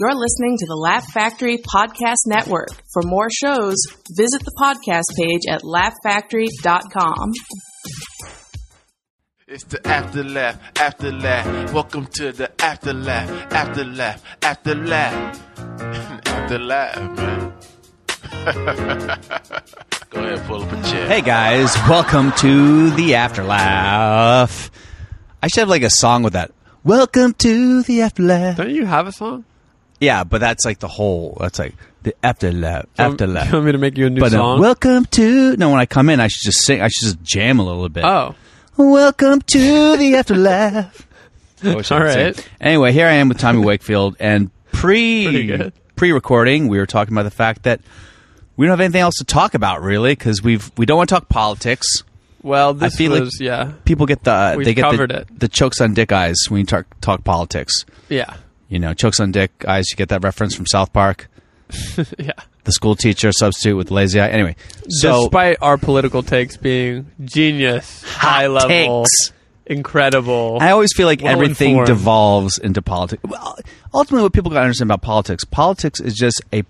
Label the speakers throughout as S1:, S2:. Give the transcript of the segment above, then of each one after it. S1: You're listening to the Laugh Factory Podcast Network. For more shows, visit the podcast page at laughfactory.com.
S2: It's the afterlife, afterlife. Welcome to the afterlife, afterlife, afterlife. afterlife, man. Go ahead, pull up a chair.
S3: Hey guys, welcome to the afterlife. I should have like a song with that. Welcome to the afterlife.
S4: Don't you have a song?
S3: Yeah, but that's like the whole. That's like the afterlife.
S4: You want
S3: Afterlife.
S4: me to make you a new
S3: But uh,
S4: song?
S3: welcome to. No, when I come in, I should just sing. I should just jam a little bit.
S4: oh,
S3: Welcome to the afterlife. I wish I
S4: All
S3: could sing.
S4: right.
S3: Anyway, here I am with Tommy Wakefield, and
S4: Pretty
S3: pre
S4: good.
S3: pre recording, we were talking about the fact that we don't have anything else to talk about really because we've we don't want to talk politics.
S4: well, this
S3: feel like-
S4: was yeah,
S3: People get the
S4: We've
S3: they get
S4: covered
S3: the,
S4: it.
S3: the chokes on dick eyes when you talk talk politics.
S4: yeah,
S3: You know, chokes on dick eyes. You get that reference from South Park,
S4: yeah.
S3: the school teacher substitute with lazy eye. Anyway, so
S4: Despite our political takes being genius, high level,
S3: takes.
S4: incredible.
S3: I always feel like
S4: Well
S3: everything
S4: informed.
S3: devolves into politics. Well, ultimately, what people got to understand about politics, politics is just a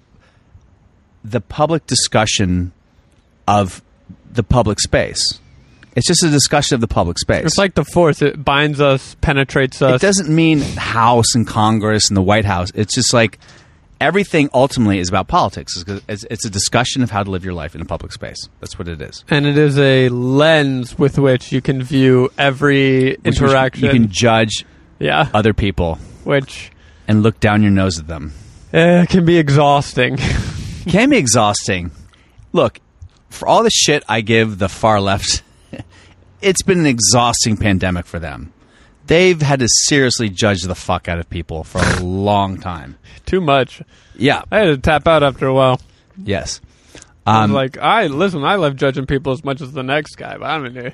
S3: the public discussion of the public space. It's just a discussion of the public space.
S4: it's like the force; it binds us, penetrates us.
S3: it doesn't mean House and Congress and the White House. It's just like everything ultimately is about politics. It's, it's, it's a discussion of how to live your life in a public space. That's what it is.
S4: and it is a lens with which you can view every
S3: Which means
S4: interaction.
S3: You can Uh, judge
S4: yeah,
S3: other people
S4: which
S3: and look down your nose at them.
S4: uh, can be exhausting.
S3: can be exhausting. Look, for all the shit I give the far left, it's been an exhausting pandemic for them. They've had to seriously judge the fuck out of people for a long time.
S4: Too much.
S3: Yeah.
S4: I had to tap out after a while.
S3: Yes.
S4: I was
S3: Um,
S4: like, I listen, I love judging people as much as the next guy, but I don't know.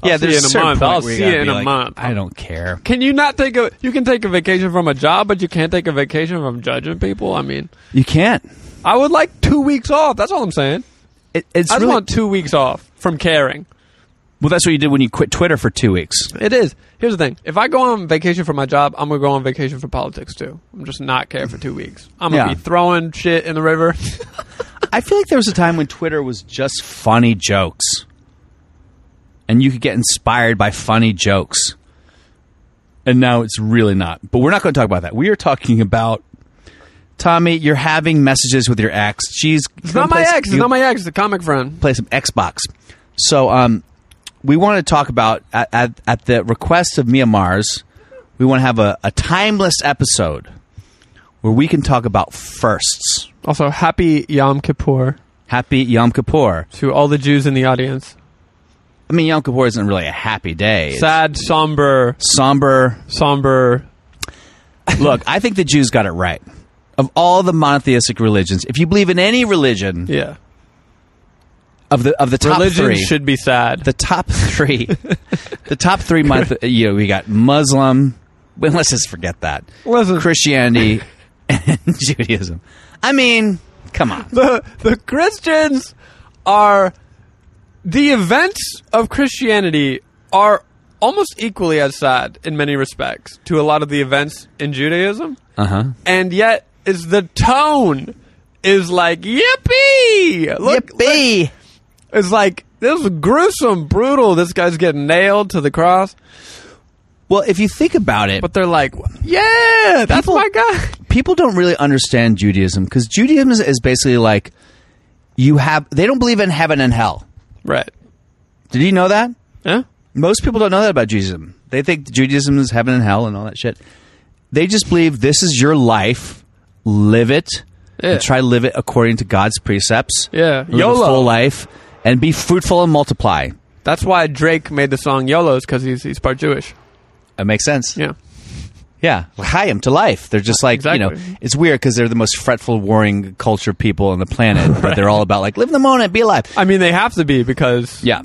S4: I'll
S3: yeah,
S4: see
S3: there's
S4: you in a
S3: certain
S4: month.
S3: point
S4: I'll
S3: where you
S4: see
S3: gotta
S4: you in
S3: be
S4: a
S3: like,
S4: month.
S3: I don't care.
S4: Can you not take a? You can take a vacation from a job, but you can't take a vacation from judging people. I mean,
S3: You can't.
S4: I would like two weeks off. That's all I'm saying.
S3: It, it's
S4: I just
S3: really
S4: want two weeks off from caring.
S3: well. That's what you did when you quit Twitter for two weeks.
S4: It is. Here's the thing: if I go on vacation for my job, I'm gonna go on vacation for politics too. I'm just not care for two weeks. I'm gonna
S3: Yeah.
S4: be throwing shit in the river.
S3: I feel like there was a time when Twitter was just funny jokes, and you could get inspired by funny jokes. And now it's really not. But we're not going to talk about that. We are talking about Tommy. You're having messages with your ex. She's
S4: it's not my ex. It's not my ex. It's a comic friend.
S3: play some Xbox. So um, we want to talk about at, at, at the request of Mia Mars, we want to have a, a timeless episode where we can talk about firsts.
S4: Also, happy Yom Kippur
S3: Happy Yom Kippur.
S4: to all the Jews in the audience.
S3: I mean, Yom Kippur isn't really a happy day. It's
S4: Sad, somber,
S3: somber.
S4: somber.
S3: Look, I think the Jews got it right. Of all the monotheistic religions, if you believe in any religion
S4: Yeah,
S3: of the of the top
S4: religion
S3: three,
S4: should be sad.
S3: the top three, the top three month, you know, we got Muslim. Well, let's just forget that
S4: Listen,
S3: Christianity and Judaism. I mean, come on.
S4: the the Christians are the events of Christianity are almost equally as sad in many respects to a lot of the events in Judaism,
S3: Uh huh.
S4: and yet is the tone is like yippee, look,
S3: Yippee!
S4: it's like this is gruesome, brutal. This guy's getting nailed to the cross,
S3: Well, if you think about it,
S4: but they're like, yeah, that's
S3: People-
S4: my guy.
S3: people don't really understand Judaism because Judaism is, is basically like you have they don't believe in heaven and hell.
S4: Right?
S3: Did you know that?
S4: Yeah.
S3: Most people don't know that about Judaism. They think Judaism is heaven and hell and all that shit. They just believe this is your life, live it,
S4: Yeah.
S3: and try to live it according to God's precepts.
S4: Yeah.
S3: live
S4: YOLO.
S3: a full life and be fruitful and multiply.
S4: That's why Drake made the song YOLO's because he's he's part Jewish.
S3: That makes sense.
S4: Yeah.
S3: Yeah, Chaim to life. They're just like you know,
S4: Exactly.
S3: it's weird because they're the most fretful, warring culture people on the planet, but they're all about like live in the moment, be alive.
S4: I mean, they have to be because
S3: Yeah,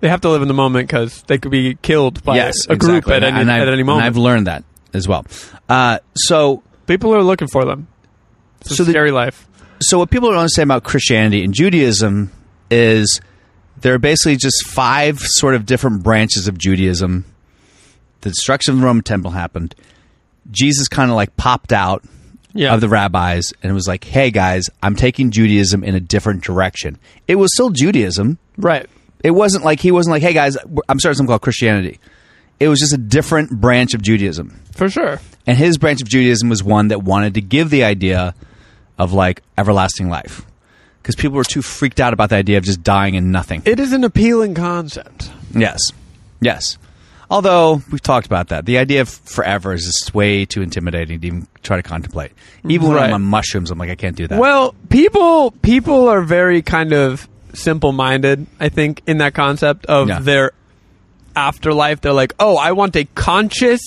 S4: they have to live in the moment because they could be killed by
S3: yes,
S4: a group
S3: exactly.
S4: at, any,
S3: and I've-
S4: at any
S3: And
S4: moment.
S3: I've learned that as well. Uh, so,
S4: People are looking for them. It's
S3: So
S4: a
S3: the-
S4: scary life.
S3: so what people don't understand about Christianity and Judaism is there are basically just five sort of different branches of Judaism. The destruction of the Roman temple happened. Jesus kind of like popped out
S4: Yeah.
S3: of the rabbis and was like, hey guys, I'm taking Judaism in a different direction. It was still Judaism.
S4: Right.
S3: It wasn't like he wasn't like, hey guys, I'm starting something called Christianity. It was just a different branch of Judaism.
S4: For sure.
S3: And his branch of Judaism was one that wanted to give the idea of like everlasting life. Because people were too freaked out about the idea of just dying and nothing.
S4: It is an appealing concept.
S3: yes. Yes. Although we've talked about that. The idea of forever is just way too intimidating to even try to contemplate. Even when
S4: Right.
S3: I'm on mushrooms, I'm like, I can't do that.
S4: Well, people people are very kind of simple minded, I think, in that concept of
S3: Yeah.
S4: their afterlife. They're like, Oh, I want a conscious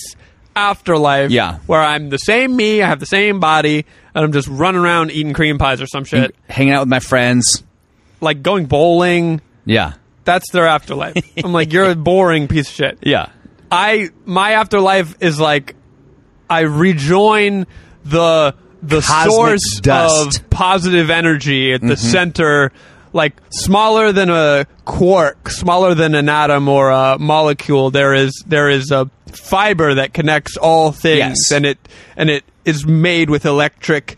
S4: afterlife
S3: Yeah.
S4: where I'm the same me, I have the same body, and I'm just running around eating cream pies or some shit.
S3: hanging out with my friends.
S4: like going bowling.
S3: Yeah.
S4: That's their afterlife. I'm like, you're a boring piece of shit.
S3: Yeah.
S4: I my afterlife is like I rejoin the the
S3: Cosmic
S4: source
S3: dust. Mm-hmm.
S4: of positive energy at the center, like smaller than a quark, smaller than an atom or a molecule. There is there is a fiber that connects all things,
S3: Yes.
S4: and it and it is made with electric.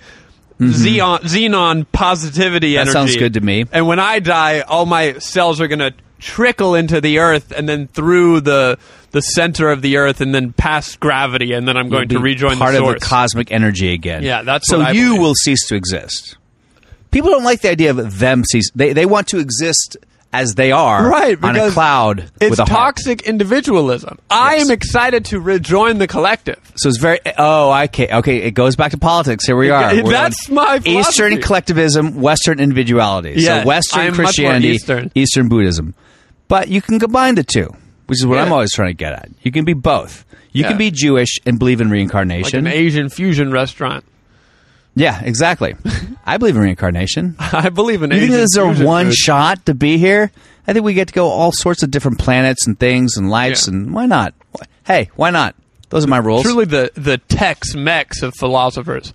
S4: Xeon, xenon
S3: Mm-hmm.
S4: positivity
S3: That
S4: energy.
S3: sounds good to me.
S4: And when I die, all my cells are going to trickle into the earth and then through the the center of the earth and then past gravity and then I'm going to
S3: be
S4: rejoin
S3: part
S4: the
S3: of
S4: source.
S3: the cosmic energy again.
S4: Yeah, that's
S3: so
S4: what I
S3: you
S4: believe.
S3: will cease to exist. People don't like the idea of them cease. They they want to exist as they are,
S4: Right,
S3: On a
S4: because
S3: cloud
S4: it's
S3: with a heart.
S4: toxic individualism. I
S3: Yes.
S4: am excited to rejoin the collective.
S3: So it's very. Oh, I can't. Okay, it goes back to politics. Here we are.
S4: it-
S3: We're
S4: that's
S3: on
S4: my
S3: Eastern
S4: philosophy.
S3: collectivism, Western individuality.
S4: Yes,
S3: so Western
S4: I am much more
S3: Christianity,
S4: Eastern.
S3: Buddhism, but you can combine the two, which is what
S4: Yeah.
S3: I'm always trying to get at. You can be both. You
S4: Yeah.
S3: can be Jewish and believe in
S4: Like
S3: reincarnation.
S4: an Asian fusion restaurant.
S3: yeah, exactly. I believe in reincarnation.
S4: I believe in
S3: You
S4: Asian
S3: think this is our
S4: fusion
S3: one
S4: food.
S3: shot to be here? I think we get to go all sorts of different planets and things and lives,
S4: Yeah.
S3: and why not? Wh- Hey, why not? Those are my rules.
S4: Truly the, the Tex Mex of philosophers.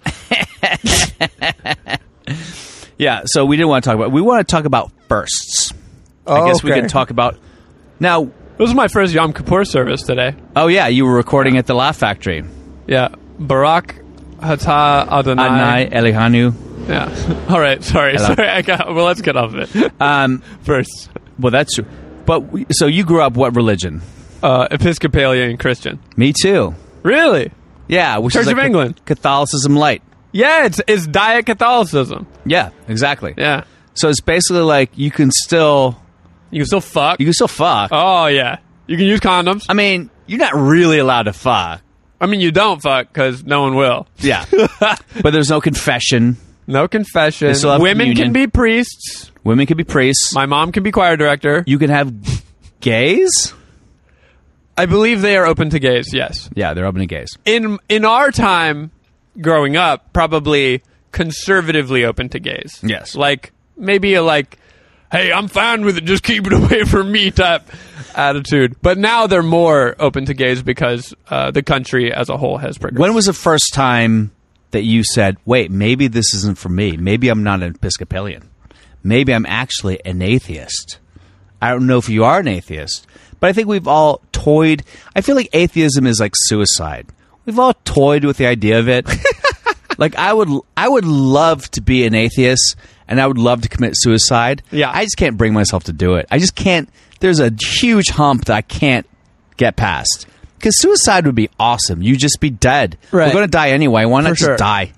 S3: Yeah. So we didn't want to talk about. We want to talk about firsts. I guess we
S4: okay.
S3: can talk about now.
S4: This was my first Yom Kippur service today.
S3: Oh yeah, you were recording at the Laugh Factory.
S4: Yeah. Barak Hata Adonai.
S3: Adnai Elihanu.
S4: Yeah. All right. Sorry.
S3: Hello.
S4: Sorry. I got. Well, let's get off of it
S3: Um,
S4: first.
S3: well, that's true. But we, so you grew up what religion?
S4: Uh, Episcopalian Christian.
S3: Me too.
S4: Really?
S3: Yeah, which
S4: Church
S3: is like
S4: of England.
S3: Catholicism light.
S4: Yeah. It's it's diet Catholicism.
S3: Yeah, exactly.
S4: Yeah.
S3: So it's basically like you can still
S4: You can still fuck.
S3: you can still fuck.
S4: oh yeah. You can use condoms.
S3: I mean, you're not really allowed to fuck.
S4: I mean, you don't fuck because no one will.
S3: Yeah, but there's no confession.
S4: No confession.
S3: still have
S4: Women
S3: communion.
S4: can be priests.
S3: Women can be priests.
S4: My mom can be choir director.
S3: you can have gays.
S4: I believe they are open to gays. Yes.
S3: Yeah, they're open to gays.
S4: In in our time, growing up, probably conservatively open to gays.
S3: Yes.
S4: Like maybe a like, hey, I'm fine with it, just keep it away from me type attitude. But now they're more open to gays because uh, the country as a whole has progressed.
S3: When was the first time that you said, wait, maybe this isn't for me? Maybe I'm not an Episcopalian. Maybe I'm actually an atheist. I don't know if you are an atheist, but I think we've all toyed. I feel like atheism is like suicide. We've all toyed with the idea of it. like I would I would love to be an atheist and I would love to commit suicide.
S4: Yeah.
S3: I just can't bring myself to do it. I just can't there's a huge hump that I can't get past. Cuz suicide would be awesome. You just be dead.
S4: Right.
S3: We're going to die anyway. Why not
S4: For
S3: just
S4: sure.
S3: die?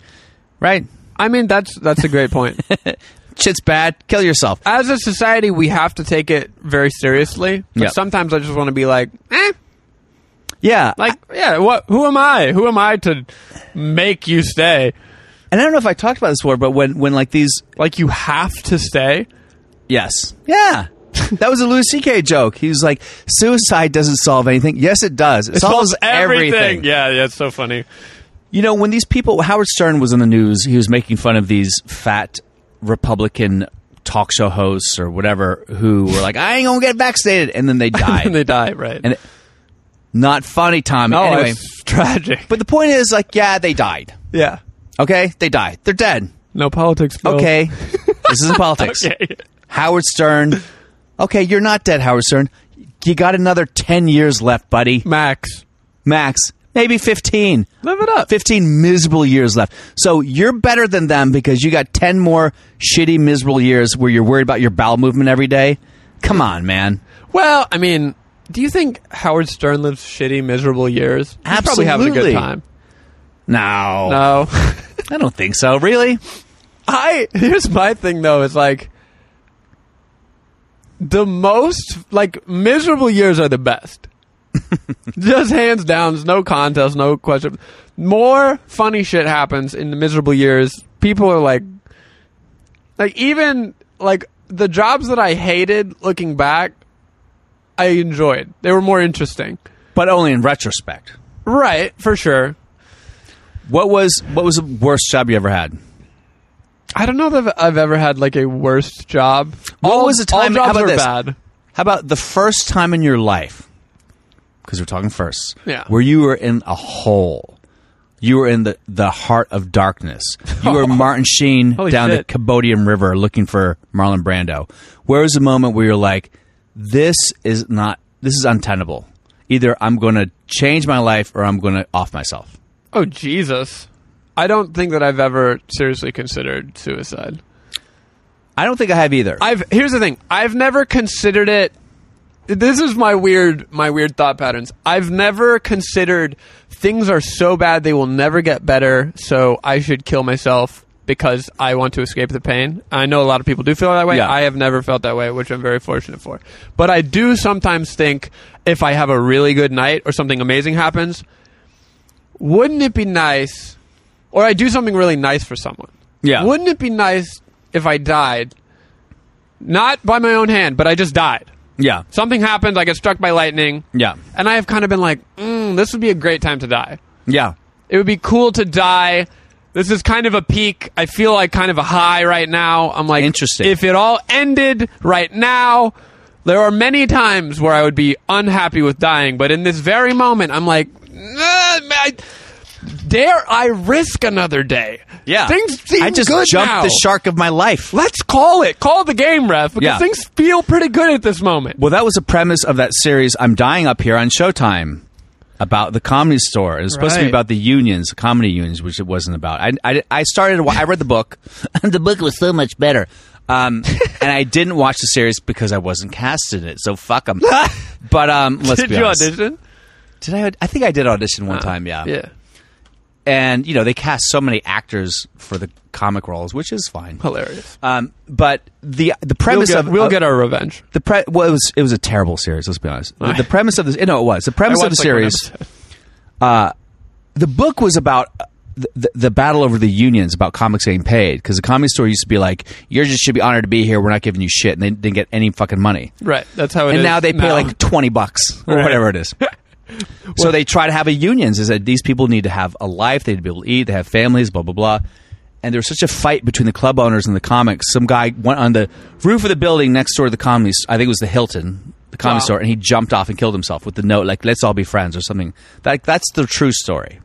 S3: Right?
S4: I mean, that's that's a great point.
S3: Shit's bad. Kill yourself.
S4: as a society, we have to take it very seriously. But
S3: Yeah.
S4: sometimes I just want to be like, eh,
S3: Yeah.
S4: like yeah, what? Who am I? Who am I to make you stay?
S3: and I don't know if I talked about this before, but when when like these
S4: Like you have to stay.
S3: Yes. Yeah. that was a Louis C.K. joke. He was like, suicide doesn't solve anything. Yes, it does. It, solves, everything.
S4: Yeah, yeah, it's so funny.
S3: You know, when these people, Howard Stern was in the news, he was making fun of these fat Republican talk show hosts or whatever who were like, I ain't going to get vaccinated. And then they died.
S4: and they die, right?
S3: And- Not funny, Tommy.
S4: oh,
S3: anyway.
S4: it's tragic.
S3: But the point is, like, yeah, they died.
S4: yeah,
S3: Okay? They died. They're dead.
S4: no politics. Bill.
S3: Okay. this isn't politics.
S4: Oh. Okay.
S3: Howard Stern. Okay, you're not dead, Howard Stern. You got another 10 years left, buddy.
S4: Max.
S3: Max, maybe 15.
S4: Live it up.
S3: 15 miserable years left. So you're better than them because you got 10 more shitty, miserable years where you're worried about your bowel movement every day. Come on, man.
S4: Well, I mean, do you think Howard Stern lives shitty, miserable years? He's probably having a
S3: Absolutely.
S4: good time.
S3: No.
S4: No.
S3: I don't think so. Really?
S4: I here's my thing though is like the most like miserable years are the best. Just hands down, there's no contest, no question. More funny shit happens in the miserable years. People are like like even like the jobs that I hated looking back, I enjoyed. They were more interesting.
S3: But only in retrospect.
S4: Right, for sure.
S3: What was what was the worst job you ever had?
S4: I don't know that I've ever had like a worst job.
S3: What
S4: all,
S3: was the time-
S4: All
S3: how
S4: jobs
S3: about
S4: were
S3: this?
S4: bad.
S3: How about the first time in your life? Because we're talking first.
S4: Yeah.
S3: Where you were in a hole. You were in the, the heart of darkness. You were Martin Sheen
S4: Holy
S3: down
S4: shit.
S3: the Cambodian River looking for Marlon Brando. Where was the moment where you're like, this is not, this is untenable. Either I'm going to change my life or I'm going to off myself.
S4: Oh Jesus! I don't think that I've ever seriously considered suicide.
S3: I don't think I have either.
S4: I've here's the thing: I've never considered it. This is my weird, my weird thought patterns. I've never considered things are so bad they will never get better, so I should kill myself because I want to escape the pain. I know a lot of people do feel that way.
S3: Yeah.
S4: I have never felt that way, which I'm very fortunate for. But I do sometimes think if I have a really good night or something amazing happens, wouldn't it be nice or I do something really nice for someone.
S3: Yeah.
S4: Wouldn't it be nice if I died? Not by my own hand, but I just died.
S3: yeah.
S4: Something happens, I get struck by lightning.
S3: Yeah.
S4: And I have kind of been like, mm, this would be a great time to die.
S3: Yeah.
S4: It would be cool to die. This is kind of a peak. I feel like kind of a high right now. I'm like,
S3: Interesting.
S4: If it all ended right now, there are many times where I would be unhappy with dying, but in this very moment, I'm like, "Nah, I, dare I risk another day?
S3: Yeah.
S4: things seem
S3: I just
S4: good
S3: jumped
S4: now.
S3: the shark of my life.
S4: Let's call it. Call the game, ref, because
S3: Yeah.
S4: things feel pretty good at this moment.
S3: Well, that was the premise of that series. I'm dying up here on Showtime about the comedy store. It was supposed to be
S4: Right.
S3: about the unions, the comedy unions, which it wasn't about. I I, I started. I read the book, and the book was so much better. Um, and I didn't watch the series because I wasn't cast in it. So fuck them. but um, let's
S4: Did
S3: be
S4: you
S3: honest.
S4: audition? Uh,
S3: Did I? I think I did audition one time.
S4: Yeah.
S3: And you know they cast so many actors for the comic roles, which is fine.
S4: Hilarious.
S3: Um, but the the
S4: We'll
S3: premise
S4: get,
S3: of
S4: we'll
S3: of-
S4: get our revenge.
S3: the pre- well, it was it was a terrible series. Let's be honest. The, the premise of this, eh, no, it was the
S4: I
S3: premise of
S4: watched,
S3: the
S4: like, one
S3: series. uh,
S4: episode.
S3: The book was about uh, the, the, the battle over the unions about comics getting paid because the comedy store used to be like, "You just should be honored to be here. We're not giving you shit," and they didn't get any fucking money.
S4: Right. That's how it is.
S3: and now they pay like twenty bucks or
S4: Right.
S3: whatever it is. so they try to have a unions. Is that these people need to have a life? They need to be able to eat. They have families. Blah blah blah. And there was such a fight between the club owners and the comics. Some guy went on the roof of the building next door to the comedy. s- I think it was the Hilton, the comedy
S4: Wow.
S3: store, and he jumped off and killed himself with the note like "Let's all be friends" or something. That that's the true story.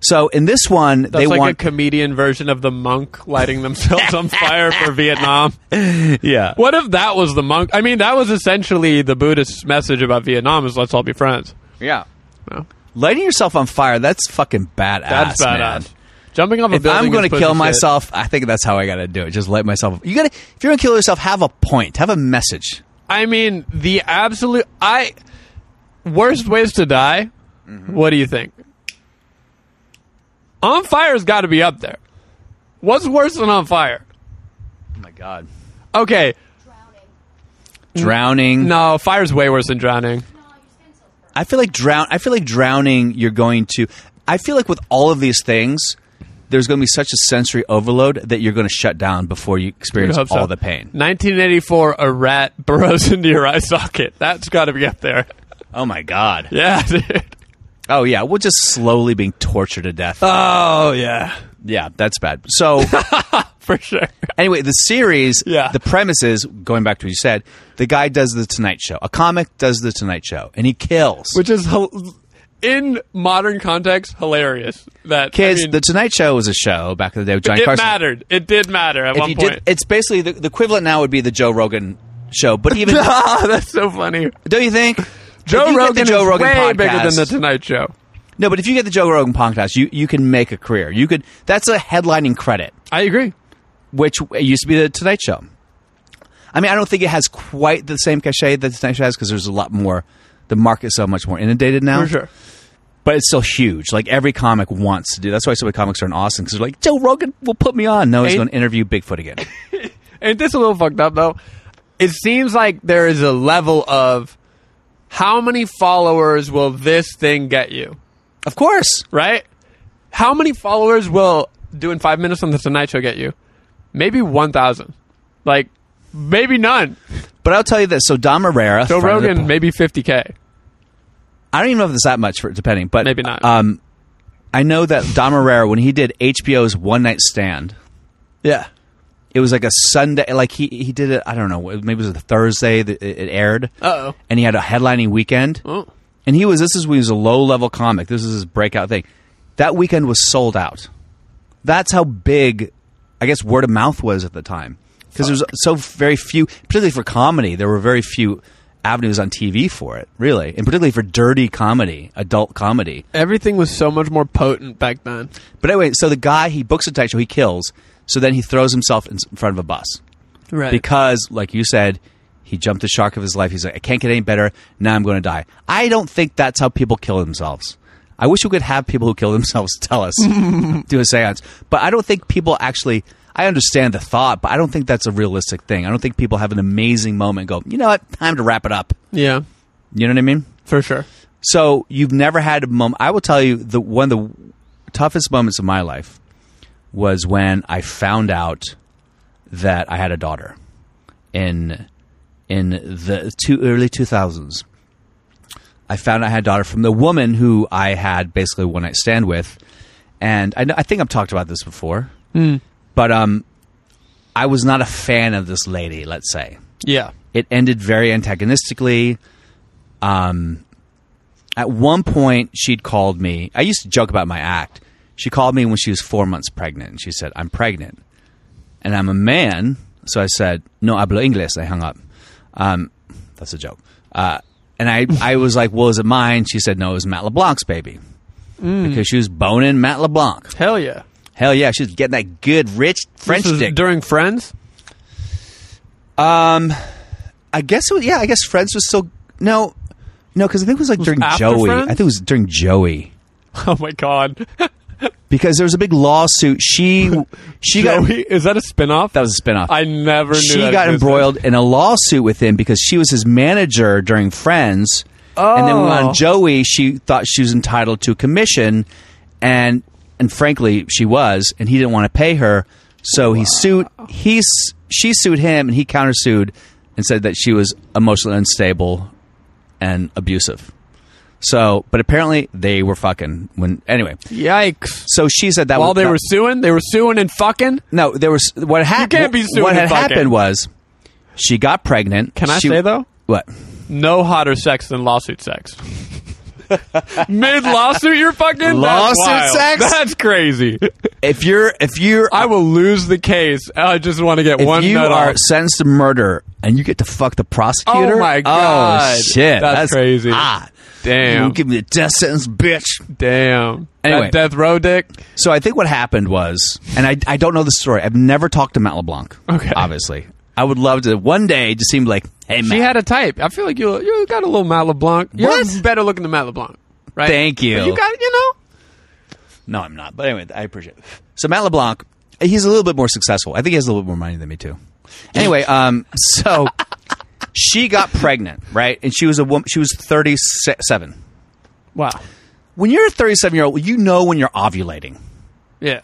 S3: So in this one,
S4: That's
S3: they
S4: like
S3: want
S4: a comedian version of the monk lighting themselves on fire for Vietnam.
S3: yeah.
S4: What if that was the monk? I mean, that was essentially the Buddhist message about Vietnam is let's all be friends.
S3: yeah.
S4: No.
S3: Lighting yourself on fire—that's fucking badass.
S4: That's
S3: man.
S4: badass. Jumping off a
S3: if
S4: building.
S3: I'm going
S4: is
S3: to
S4: pussy
S3: kill
S4: shit.
S3: myself, I think that's how I got to do it. Just light myself. You got to if you're going to kill yourself, have a point, have a message.
S4: I mean, the absolute I worst ways to die.
S3: Mm-hmm.
S4: What do you think? On fire's got to be up there. What's worse than on fire?
S3: Oh my god,
S4: Okay,
S3: drowning.
S4: no, fire's way worse than drowning.
S3: I feel like drown. I feel like drowning. You're going to. I feel like with all of these things, there's going to be such a sensory overload that you're going to shut down before you experience all
S4: You'd hope so.
S3: the pain.
S4: 1984, a rat burrows into your eye socket. That's got to be up there.
S3: Oh my god.
S4: Yeah, dude.
S3: Oh yeah, we're just slowly being tortured to death.
S4: Oh, yeah.
S3: yeah, that's bad. So.
S4: For sure.
S3: Anyway, the series,
S4: Yeah.
S3: the premise is going back to what you said. The guy does the Tonight Show. A comic does the Tonight Show, and he kills.
S4: Which is, hil- in modern context, hilarious. That
S3: Kids,
S4: I mean,
S3: the Tonight Show was a show back in the day with Johnny
S4: it
S3: Carson.
S4: mattered. It did matter at
S3: If
S4: one
S3: you
S4: point.
S3: did, it's basically the, the equivalent now would be the Joe Rogan show. But even
S4: Ah, that's so funny.
S3: don't you think
S4: Joe
S3: If you get the
S4: Rogan
S3: Joe
S4: is
S3: Rogan
S4: way
S3: podcast,
S4: bigger than the Tonight Show.
S3: No, but if you get the Joe Rogan podcast, you you can make a career. You could. That's a headlining credit,
S4: I agree.
S3: which it used to be the Tonight Show. I mean, I don't think it has quite the same cachet that the Tonight Show has because there's a lot more. The market's so much more inundated now.
S4: For sure.
S3: but it's still huge. Like every comic wants to do. That's why so many comics are in Austin because they're like, Joe Rogan will put me on. No, he's
S4: Ain't-
S3: going to interview Bigfoot again.
S4: Ain't this a little fucked up though? It seems like there is a level of how many followers will this thing get you,
S3: of course,
S4: right? How many followers will doing five minutes on the Tonight Show get you? Maybe one thousand, like maybe none.
S3: but I'll tell you this. So Dom Herrera,
S4: Joe
S3: friend of the
S4: Rogan,
S3: po-
S4: maybe fifty k.
S3: I don't even know if it's that much for depending, but
S4: Maybe not.
S3: Um, I know that Dom Herrera when he did HBO's One Night Stand,
S4: Yeah,
S3: it was like a Sunday. Like he he did it. I don't know. Maybe it was a Thursday that it it aired.
S4: Uh-oh.
S3: And he had a headlining weekend.
S4: Oh.
S3: And he was this is when he was a low level comic. This is his breakout thing. That weekend was sold out. That's how big, I guess, word of mouth was at the time because there was so very few, particularly for comedy. There were very few avenues on TV for it, really, and particularly for dirty comedy, adult comedy.
S4: everything was so much more potent back then.
S3: But anyway, so the guy he books a tight show, he kills. So then he throws himself in s- in front of a bus.
S4: Right.
S3: because like you said he jumped the shark of his life he's like i can't get any better now i'm going to die i don't think that's how people kill themselves i wish we could have people who kill themselves tell us do a seance but i don't think people actually i understand the thought but i don't think that's a realistic thing i don't think people have an amazing moment and go you know what time to wrap it up
S4: yeah,
S3: you know what i mean
S4: for sure.
S3: so you've never had a moment. I will tell you the one of the toughest moments of my life was when I found out that I had a daughter in in the two early two thousands. I found I had a daughter from the woman who I had basically a one night stand with, and I, know, I think I've talked about this before, but um, I was not a fan of this lady. Let's say
S4: Yeah,
S3: it ended very antagonistically. Um, at one point, she'd called me. I used to joke about my act. She called me when she was four months pregnant, and she said, "I'm pregnant," and I'm a man, so I said, "No hablo inglés." I hung up. Um, that's a joke. Uh, and I, I was like, "Well, is it mine?" She said, "No, it was Matt LeBlanc's baby,"
S4: Mm.
S3: because she was boning Matt LeBlanc.
S4: hell yeah.
S3: Hell yeah, she was getting that good, rich French
S4: This was
S3: dick.
S4: during Friends.
S3: I guess it was, yeah, I guess Friends was still no, no, because I think it was like during
S4: after
S3: Joey.
S4: Friends?
S3: I think it was during Joey
S4: Oh my god,
S3: because there was a big lawsuit. She she got
S4: Joey, is that a spinoff?
S3: that was a spinoff.
S4: I never knew
S3: she
S4: that
S3: got
S4: existed.
S3: embroiled in a lawsuit with him because she was his manager during Friends, and then when
S4: Oh.
S3: on Joey, she thought she was entitled to a commission, and and frankly, she was, and he didn't want to pay her, so he sued. He s- she sued him, and he countersued and said that she was emotionally unstable and abusive. So, but apparently they were fucking when anyway.
S4: Yikes.
S3: So she said that
S4: While
S3: was,
S4: they
S3: that-
S4: were suing, they were suing and fucking.
S3: no, there was what happened.
S4: can't be suing
S3: What
S4: and
S3: had
S4: fucking.
S3: happened was she got pregnant.
S4: Can I
S3: She-
S4: say though?
S3: what?
S4: No hotter sex than lawsuit sex. Mid lawsuit, you're fucking That's
S3: Lawsuit
S4: wild.
S3: sex?
S4: That's crazy.
S3: If you're if you're
S4: I will lose the case. I just want to get
S3: if
S4: one.
S3: you
S4: nut
S3: are
S4: off.
S3: sentenced to murder and you get to fuck the prosecutor,
S4: Oh my God.
S3: oh shit,
S4: That's crazy.
S3: hot.
S4: Damn.
S3: You give me a death sentence, bitch.
S4: Damn.
S3: Anyway.
S4: That death row dick.
S3: So I think what happened was, and I, I don't know the story. I've never talked to Matt LeBlanc.
S4: Okay.
S3: obviously, I would love to one day. Just seem like, hey, Matt,
S4: She had a type. I feel like you you got a little Matt LeBlanc. You're
S3: What?
S4: better looking than Matt LeBlanc, right?
S3: Thank you.
S4: But you got you know.
S3: No, I'm not. But anyway, I appreciate it. So Matt LeBlanc, he's a little bit more successful. I think he has a little bit more money than me too. Anyway, um, so she got pregnant, right? And she was a woman. She was 37.
S4: Wow.
S3: When you're a 37 year old, you know when you're ovulating.
S4: Yeah.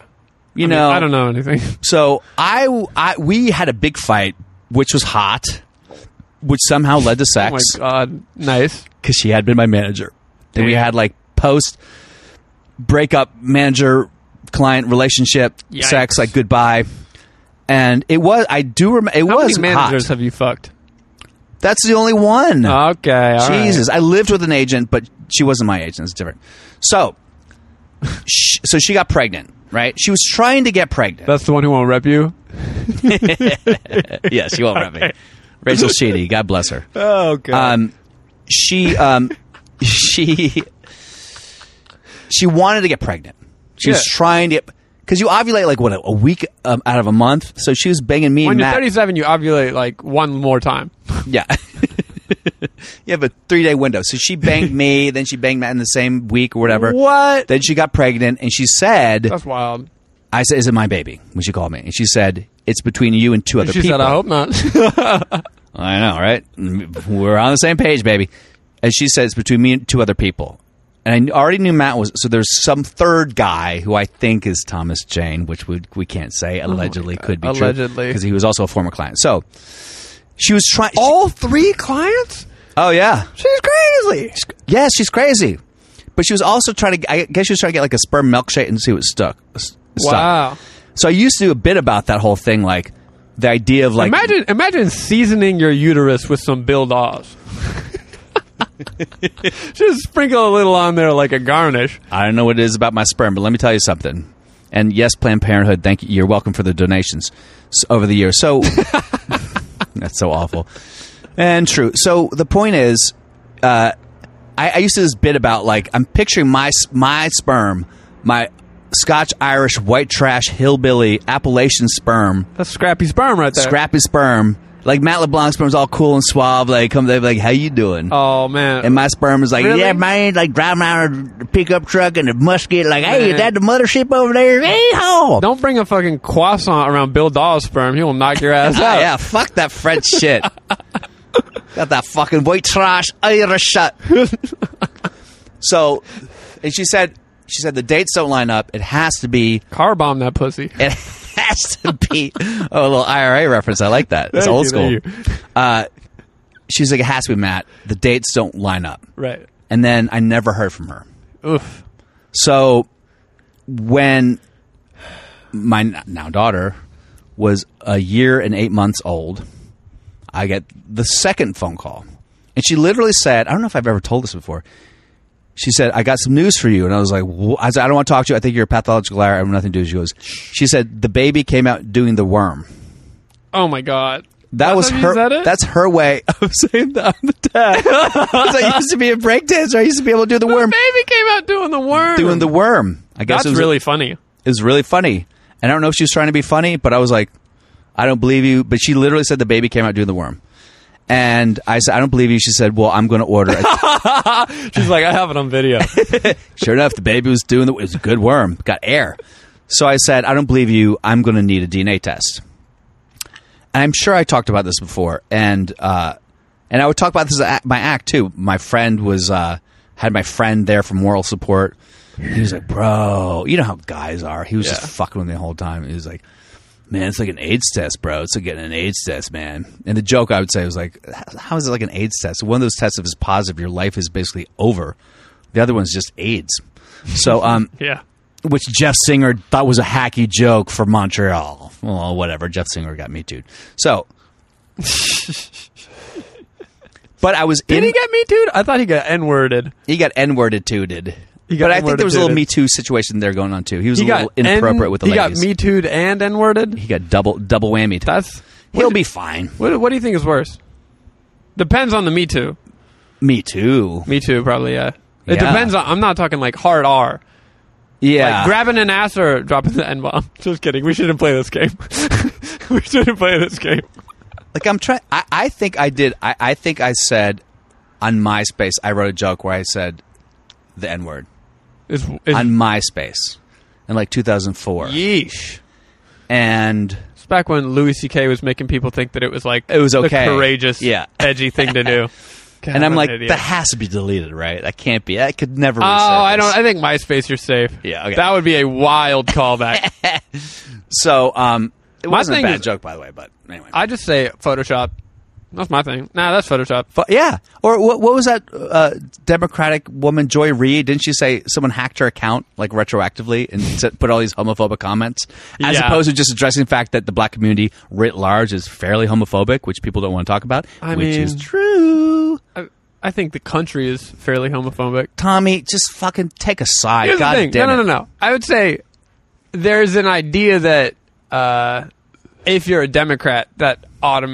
S3: You
S4: I mean,
S3: know,
S4: I don't know anything.
S3: So I, I, we had a big fight, which was hot, which somehow led to
S4: Oh my
S3: sex
S4: god. Nice.
S3: because she had been my manager. And we
S4: Damn.
S3: had like post breakup manager client relationship sex,
S4: Yikes.
S3: like goodbye. And it was I do remember it
S4: How
S3: was
S4: many managers
S3: hot.
S4: have you fucked?
S3: That's the only one.
S4: Okay. all right.
S3: Jesus, I lived with an agent, but she wasn't my agent. It's different. So, sh so she got pregnant, right? She was trying to get pregnant.
S4: That's the one who won't rep you.
S3: yes, you won't rep me. Rachel Sheedy, God bless her.
S4: Oh god.
S3: Um, she, um, she, she wanted to get pregnant. She was
S4: Yeah.
S3: trying to get because you ovulate like what a, a week um, out of a month. So she was banging me
S4: When
S3: and
S4: you're
S3: Matt.
S4: 37, you ovulate like one more time.
S3: Yeah. you have a three day window. So she banged me, then she banged Matt in the same week or whatever.
S4: What? Oh.
S3: Then she got pregnant and she said,
S4: That's wild.
S3: I said, Is it my baby? When she called me. And she said, It's between you and two other
S4: She
S3: people.
S4: said, "I hope not."
S3: I know, right? We're on the same page, baby. And she said, It's between me and two other people. And I already knew Matt was so. There's some third guy who I think is Thomas Jane, which we we can't say. Allegedly, could be true
S4: Oh Allegedly.
S3: because he was also a former client. So she was trying.
S4: All three clients?
S3: oh yeah,
S4: She's crazy.
S3: Yeah, she's crazy. But she was also trying to. I guess she was trying to get like a sperm milkshake and see what stuck. s- stuck.
S4: Wow.
S3: So I used to do a bit about that whole thing, like the idea of like
S4: Imagine, imagine seasoning your uterus with some Bill Dawes. Just sprinkle a little on there like a garnish.
S3: I don't know what it is about my sperm, but let me tell you something. And yes, Planned Parenthood, thank you. You're welcome for the donations s- over the years. So that's so awful and true. So the point is, uh, I, I used to do this bit about like I'm picturing my s- my sperm, my Scotch Irish white trash hillbilly Appalachian sperm
S4: That's scrappy sperm right there.
S3: scrappy sperm. Like Matt LeBlanc's sperm's all cool and suave. Like come, they like, "How you doing?"
S4: Oh man.
S3: and my sperm is like,
S4: Really?
S3: "Yeah, man." Like driving around a pickup truck and a musket. Like, "Hey,
S4: Man.
S3: is that the mothership over there?" Hey ho!
S4: Don't bring a fucking croissant around Bill Dawes sperm. He will knock your ass out.
S3: Ah, yeah, fuck that French shit. Got that fucking white trash Irish shit. so, and she said, she said the dates don't line up. It has to be.
S4: Car bomb that pussy.
S3: It has to be. Oh, a little IRA reference. I like that. It's
S4: Thank
S3: old
S4: you,
S3: school.
S4: thank you.
S3: Uh, she's like, it has to be Matt. The dates don't line up.
S4: Right.
S3: And then I never heard from her.
S4: Oof.
S3: So when my n- now daughter was a year and eight months old, I get the second phone call. And she literally said, I don't know if I've ever told this before. She said, I got some news for you. And I was like, "Wh-" I, said, I don't want to talk to you. I think you're a pathological liar. I have nothing to do with you. She goes, She said, the baby came out doing the worm.
S4: Oh my god.
S3: That was
S4: how you
S3: her.
S4: said it?
S3: That's her way of saying that I'm the dad. 'Cause I used to be a breakdancer. I used to be able to do the worm.
S4: Baby came out doing the worm.
S3: Doing the worm. I guess
S4: That's
S3: it was
S4: really funny.
S3: it was really funny. And I don't know if she was trying to be funny, but I was like, I don't believe you. But she literally said the baby came out doing the worm. And I said, I don't believe you. She said, Well, I'm going to order. it.
S4: She's like, I have it on video.
S3: sure enough, the baby was doing the. It was a good worm, got air. So I said, I don't believe you. I'm going to need a DNA test. And I'm sure I talked about this before, and uh, and I would talk about this at my act too. My friend was uh, had my friend there for moral support. He was like, "Bro, you know how guys are." He was
S4: Yeah.
S3: just fucking with me the whole time. He was like, "Man, it's like an AIDS test, bro. It's like getting an AIDS test, man." And the joke I would say was like, "H- "How is it like an AIDS test? One of those tests, if it's positive, your life is basically over. The other one's just AIDS." So, um,
S4: yeah.
S3: which Jeff Singer thought was a hacky joke for Montreal. Well, whatever. Jeff Singer got me too. So, but I was
S4: Did
S3: in.
S4: he get me, dude? I thought he got n-worded.
S3: he got n-worded tooted.
S4: He got
S3: But I think there was a little
S4: N-worded-tooted.
S3: Me Too situation there going on too. He was
S4: He
S3: a
S4: got
S3: little inappropriate
S4: N-
S3: with the
S4: He
S3: ladies.
S4: got me too'd and n-worded.
S3: He got double double whammy. Time.
S4: That's
S3: He'll be fine.
S4: what, what do you think is worse? Depends on the me too.
S3: Me too.
S4: Me too, probably. Yeah. It
S3: Yeah.
S4: depends on. I'm not talking like hard R.
S3: Yeah.
S4: Like grabbing an ass or dropping the N bomb. Just kidding. We shouldn't play this game. we shouldn't play this game.
S3: like I'm trying. I, I think I did. I, I think I said on MySpace. I wrote a joke where I said the N word
S4: It's, it's
S3: on MySpace in like 2004.
S4: yeesh.
S3: and
S4: It's back when Louis C.K. was making people think that it was like
S3: It was okay.
S4: the courageous,
S3: Yeah.
S4: edgy thing to do. God,
S3: and I'm
S4: what
S3: like,
S4: an idiot.
S3: that has to be deleted, right? That can't be. That could never.
S4: oh, I don't.
S3: resurface."
S4: I think MySpace, you're safe.
S3: Yeah, okay.
S4: That would be a wild callback.
S3: so, um, it
S4: My
S3: wasn't a
S4: thing
S3: bad
S4: is-
S3: joke, by the way. But anyway,
S4: I just say Photoshop. That's my thing. Nah, that's Photoshop.
S3: But yeah. Or what, what was that uh, Democratic woman, Joy Reid? Didn't she say someone hacked her account like retroactively and s- put all these homophobic comments, as
S4: Yeah.
S3: opposed to just addressing the fact that the black community writ large is fairly homophobic, which people don't want to talk about,
S4: I
S3: which is
S4: mean-
S3: true.
S4: I, I think the country is fairly homophobic.
S3: Tommy, just fucking take a side.
S4: Here's
S3: God
S4: the thing.
S3: damn
S4: no,
S3: it.
S4: no, no, no. I would say there's an idea that uh, if you're a Democrat, that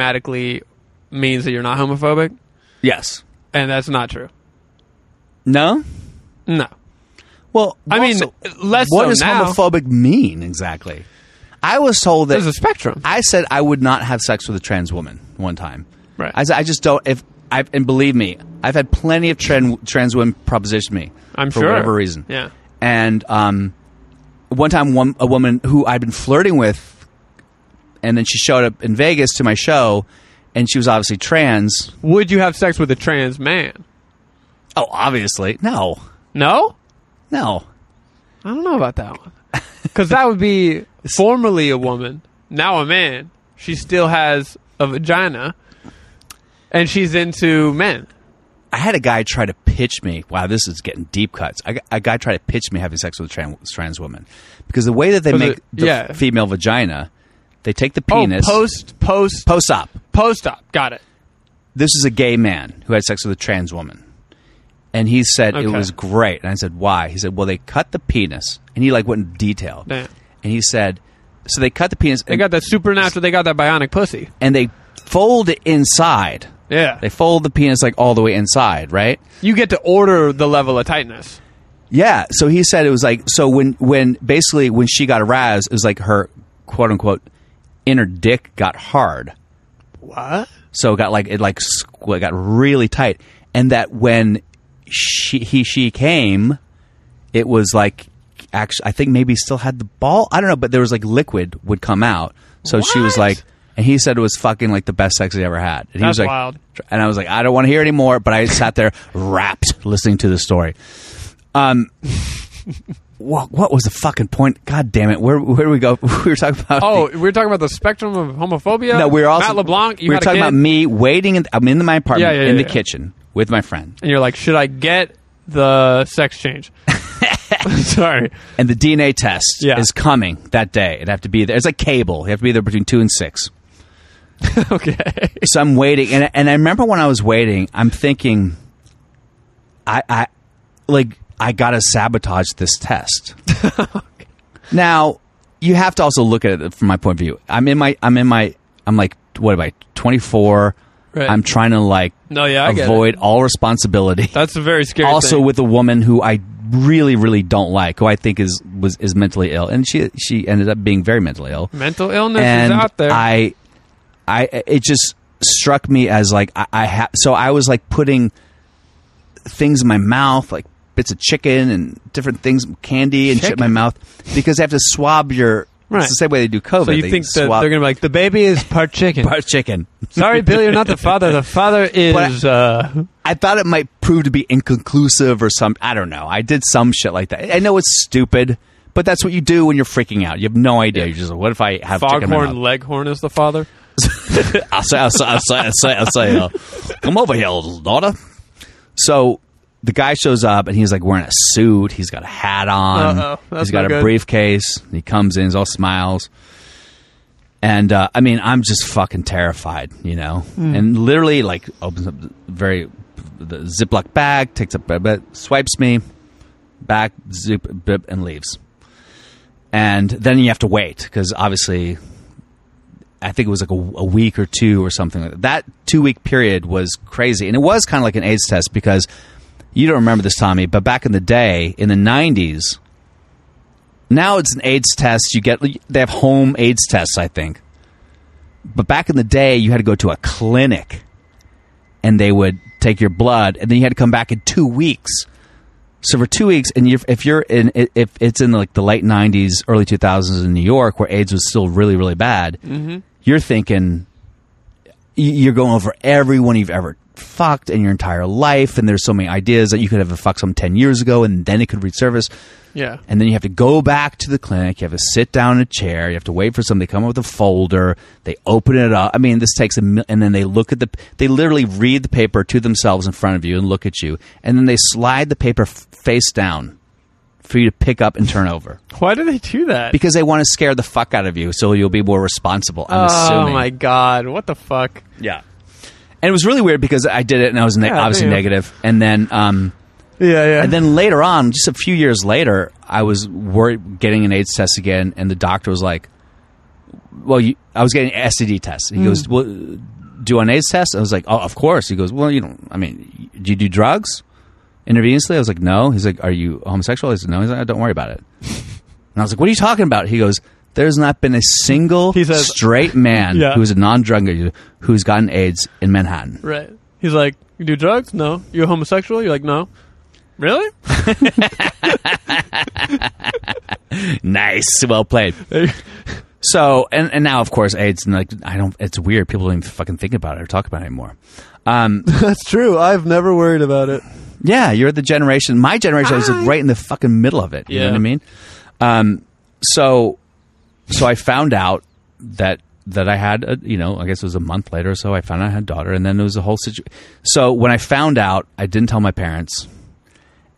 S4: automatically means that you're not homophobic,
S3: Yes.
S4: and that's not true.
S3: No.
S4: No.
S3: Well,
S4: I mean,
S3: also,
S4: less
S3: what
S4: so
S3: does
S4: now.
S3: homophobic mean exactly? I was told that
S4: There's a spectrum.
S3: I said I would not have sex with a trans woman one time.
S4: Right.
S3: I, said, I just don't. If I and believe me, I've had plenty of tran, trans women proposition me.
S4: I'm
S3: for
S4: sure.
S3: whatever reason.
S4: Yeah.
S3: And um, one time, one a woman who I'd been flirting with, and then she showed up in Vegas to my show, and she was obviously trans.
S4: Would you have sex with a trans man?
S3: Oh, obviously, no,
S4: No?
S3: no.
S4: I don't know about that one. Because that would be formerly a woman, now a man. She still has a vagina, and she's into men.
S3: I had a guy try to pitch me. Wow, this is getting deep cuts. I, a guy tried to pitch me having sex with a trans, trans woman because the way that they
S4: Was
S3: make
S4: it-
S3: the
S4: yeah.
S3: female vagina, they take the penis
S4: Oh, post, post,
S3: post op.
S4: post op. Got it.
S3: This is a gay man who had sex with a trans woman, and he said it
S4: Okay.
S3: was great. And I said, why? He said, well, they cut the penis, and he like went into detail.
S4: Damn.
S3: And he said, so they cut the penis,
S4: They
S3: and,
S4: got that supernatural, they got that bionic pussy.
S3: and they fold it inside.
S4: Yeah.
S3: They fold the penis like all the way inside, right?
S4: You get to order the level of tightness.
S3: Yeah. So he said it was like so when when basically when she got aroused, it was like her quote unquote inner dick got hard.
S4: What?
S3: So it got like it like squ- it got really tight, and that when she he she came, it was like actually I think maybe still had the ball. I don't know, but there was like liquid would come out. So she was
S4: What?
S3: like. And he said it was fucking like the best sex he ever had. And he
S4: That's
S3: was like,
S4: wild.
S3: and I was like, I don't want to hear anymore. But I sat there rapt listening to the story. Um, what, what was the fucking point? God damn it! Where where do we go? We were talking about.
S4: Oh,
S3: the-
S4: we were talking about the spectrum of homophobia?
S3: no, we were also
S4: Matt LeBlanc, you
S3: we were
S4: had a
S3: talking
S4: kid?
S3: about me waiting. In, I'm in my apartment
S4: Yeah, yeah,
S3: in
S4: yeah,
S3: the
S4: yeah.
S3: kitchen with my friend,
S4: and you're like, should I get the sex change? Sorry.
S3: and the DNA test
S4: Yeah.
S3: is coming that day. It'd have to be there. It's like cable. You have to be there between two and six.
S4: okay.
S3: So I'm waiting, and and I remember when I was waiting, I'm thinking, I I like I gotta sabotage this test. now you have to also look at it from my point of view. I'm in my I'm in my I'm like what am I 24?
S4: Right.
S3: I'm trying to like
S4: No, yeah, I get it.
S3: avoid all responsibility.
S4: That's a very scary
S3: also
S4: thing.
S3: with a woman who I really really don't like, who I think is was is mentally ill, and she she ended up being very mentally ill
S4: mental illness
S3: and
S4: is out there.
S3: I, I, it just struck me as like I, I ha- so I was like putting things in my mouth, like bits of chicken and different things, candy and shit in my
S4: Chicken?
S3: mouth, because they have to swab your.
S4: Right.
S3: It's the same way they do COVID.
S4: so you
S3: they
S4: think that
S3: swab
S4: they're going to be like, the baby is part chicken.
S3: part chicken.
S4: Sorry, Bill, you're not the father. The father is. Uh,
S3: I thought it might prove to be inconclusive or some. I don't know. I did some shit like that. I know it's stupid, but that's what you do when you're freaking out. You have no idea. You're just like, what if I have chicken in my mouth?
S4: Foghorn Leghorn is the father.
S3: I say, I say, I say, I say, I say, uh, come over here, little daughter. So the guy shows up and he's like wearing a suit. He's got a hat on.
S4: Uh-oh, that's
S3: he's got
S4: not
S3: a
S4: good.
S3: briefcase. He comes in, he's all smiles. And uh, I mean, I'm just fucking terrified, you know?
S4: Hmm.
S3: And literally, like, opens up the very the Ziploc bag, takes up, swipes me back, zip, bip, and leaves. And then you have to wait because obviously, I think it was like a, a week or two or something. like That, that two week period was crazy, and it was kind of like an AIDS test because you don't remember this, Tommy, but back in the day in the '90s, now it's an AIDS test. You get they have home AIDS tests, I think, but back in the day you had to go to a clinic, and they would take your blood, and then you had to come back in two weeks. So for two weeks, and you're, if you're in, if it's in like the late '90s, early 2000s in New York, where AIDS was still really, really bad, you're thinking y- you're going over everyone you've ever fucked in your entire life, and there's so many ideas that you could have fucked some ten years ago, and then it could resurface,
S4: Yeah.
S3: and then you have to go back to the clinic, you have to sit down in a chair, you have to wait for somebody to come up with a folder, they open it up. I mean, this takes a mil- and then they look at the, they literally read the paper to themselves in front of you and look at you, and then they slide the paper f- face down. For you to pick up and turn over
S4: Why do they do that?
S3: because they want to scare the fuck out of you, so you'll be more responsible. I'm
S4: oh,
S3: assuming.
S4: my God. What the fuck?
S3: Yeah. And it was really weird because I did it and I was ne-
S4: Yeah,
S3: obviously
S4: yeah.
S3: negative. And then, um,
S4: Yeah, yeah.
S3: and then later on, just a few years later, I was worried getting an AIDS test again, and the doctor was like, "Well, you, I was getting an STD test."
S4: Hmm.
S3: He goes, "Well, do you want an AIDS test?" I was like, "Oh, of course." He goes, "Well, you know, I mean, do you do drugs?" intravenously? I was like, no. He's like, are you homosexual? I said, no. He's like, "Oh, don't worry about it. And I was like, what are you talking about? He goes, there's not been a single
S4: He says-
S3: straight man
S4: Yeah.
S3: who's a non-drug user who's gotten AIDS in Manhattan.
S4: Right. He's like, you do drugs? No. You a homosexual? You're like, no. Really?
S3: Nice, well played. So, and, and now of course AIDS and like I don't. It's weird. People don't even fucking think about it or talk about it anymore. Um,
S4: That's true. I've never worried about it.
S3: Yeah, you're the generation. My generation was like, right in the fucking middle of it. You know
S4: Yeah.
S3: what I mean? Um, so, so I found out that that I had, a, you know, I guess it was a month later or so. I found out I had a daughter, and then it was a whole situation. So when I found out, I didn't tell my parents,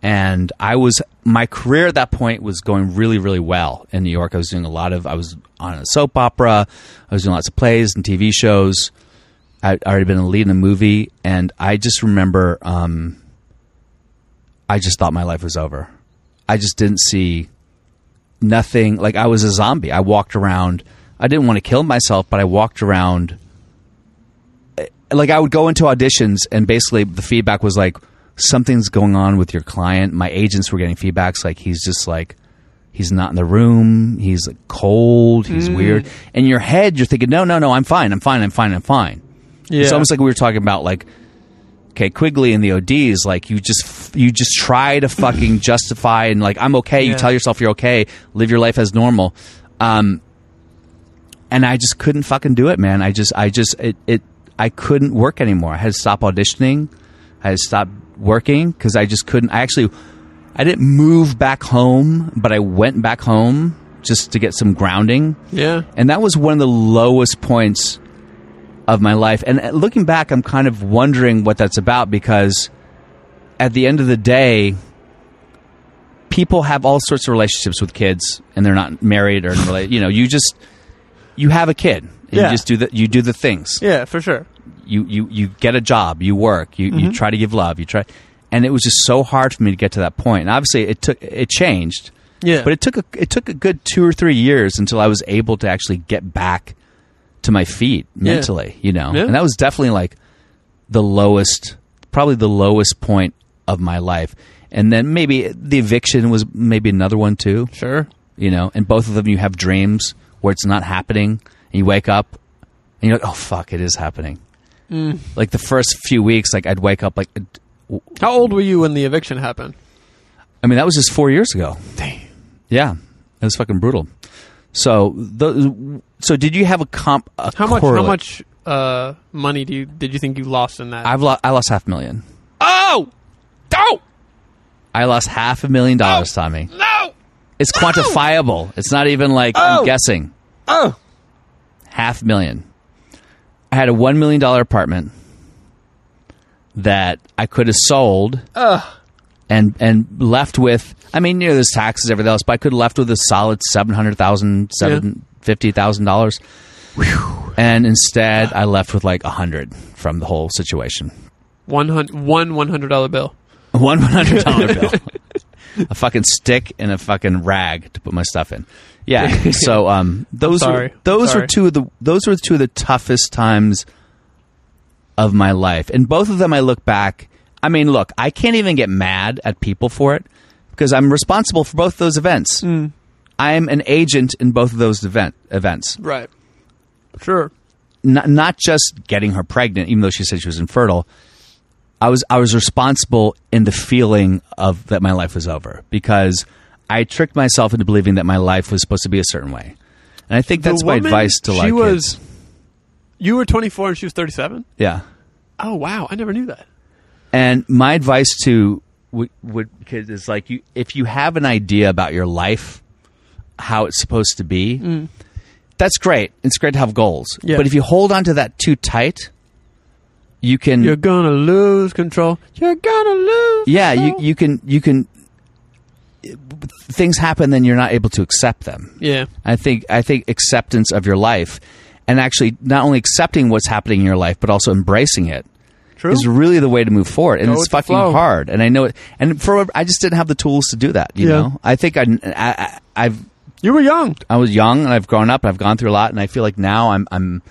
S3: and I was my career at that point was going really, really well in New York. I was doing a lot of, I was on a soap opera, I was doing lots of plays and TV shows. I'd already been a lead in a movie, and I just remember. Um, I just thought my life was over. I just didn't see nothing. Like I was a zombie. I walked around. I didn't want to kill myself, but I walked around. eh, Like I would go into auditions, and basically the feedback was like, something's going on with your client. My agents were getting feedbacks like he's just like. He's not in the room. He's like cold. He's weird. In your head, you're thinking, no, no, no, I'm fine. I'm fine. I'm fine. I'm fine.
S4: Yeah.
S3: It's almost like we were talking about like okay, Quigley and the ODs like you just you just try to fucking justify and like I'm okay, you
S4: Yeah.
S3: tell yourself you're okay, live your life as normal. Um and I just couldn't fucking do it, man. I just I just it it I couldn't work anymore. I had to stop auditioning. I had to stop working cuz I just couldn't I actually I didn't move back home, but I went back home just to get some grounding
S4: yeah.
S3: and that was one of the lowest points of my life and uh, looking back i'm kind of wondering what that's about because at the end of the day people have all sorts of relationships with kids and they're not married or in rela- you know you just you have a kid and you
S4: Yeah.
S3: just do the you do the things
S4: Yeah, for sure.
S3: you you you get a job, you work, you
S4: Mm-hmm.
S3: you try to give love, you try, and it was just so hard for me to get to that point. And obviously, it took it changed,
S4: Yeah.
S3: But it took a it took a good two or three years until I was able to actually get back to my feet mentally, you know.
S4: Yeah.
S3: And that was definitely like the lowest, probably the lowest point of my life. And then maybe the eviction was maybe another one too
S4: Sure.
S3: you know, and both of them you have dreams where it's not happening, and you wake up and you're like, oh fuck, it is happening.
S4: Mm.
S3: Like the first few weeks, like I'd wake up like,
S4: How old were you when the eviction happened?
S3: I mean, that was just four years ago. Damn. Yeah, it was fucking brutal. So, the, so did you have a comp? A
S4: How much?
S3: correlate?
S4: How much uh, money do you did you think you lost in that?
S3: I've lost. I lost half a million.
S4: oh, no,
S3: I lost half a million dollars, Tommy.
S4: no,
S3: It's quantifiable. It's not even like I'm
S4: Oh.
S3: guessing.
S4: oh,
S3: half million. I had a one million dollar apartment that I could have sold and and left with. I mean, you know, there's taxes, everything else, but I could have left with a solid seven hundred thousand, seven fifty thousand dollars. And instead, I left with like a hundred from the whole situation.
S4: one hundred one one hundred dollar bill.
S3: One one hundred dollar bill, a fucking stick, and a fucking rag to put my stuff in. Yeah. So um, those
S4: sorry.
S3: were
S4: I'm
S3: those were
S4: sorry.
S3: two of the those were two of the toughest times of my life, and both of them I look back. I mean, look, I can't even get mad at people for it because I'm responsible for both those events.
S4: Mm.
S3: I'm an agent in both of those event events
S4: Right. Sure.
S3: not, not just getting her pregnant, even though she said she was infertile. I was I was responsible in the feeling of that my life was over because I tricked myself into believing that my life was supposed to be a certain way, and I think that's
S4: The
S3: my
S4: woman,
S3: advice to
S4: she
S3: like
S4: was-
S3: kids.
S4: You were twenty four and she was thirty seven.
S3: Yeah,
S4: Oh wow, I never knew that.
S3: and my advice to would, would kids is like you if you have an idea about your life, how it's supposed to be, that's great. It's great to have goals,
S4: Mm. Yeah.
S3: but if you hold on to that too tight, you can
S4: Hmm. You're gonna lose control. You're gonna lose.
S3: yeah you,
S4: control.
S3: you can you can things happen then you're not able to accept them
S4: yeah.
S3: i think i think acceptance of your life and actually not only accepting what's happening in your life but also embracing it
S4: True.
S3: is really the way to move forward and
S4: Go
S3: it's
S4: with the
S3: fucking
S4: flow.
S3: hard and i know it and for i just didn't have the tools to do that you
S4: Yeah.
S3: know i think I, I I- i've
S4: you were young.
S3: I was young and I've grown up and I've gone through a lot and I feel like now I'm I'm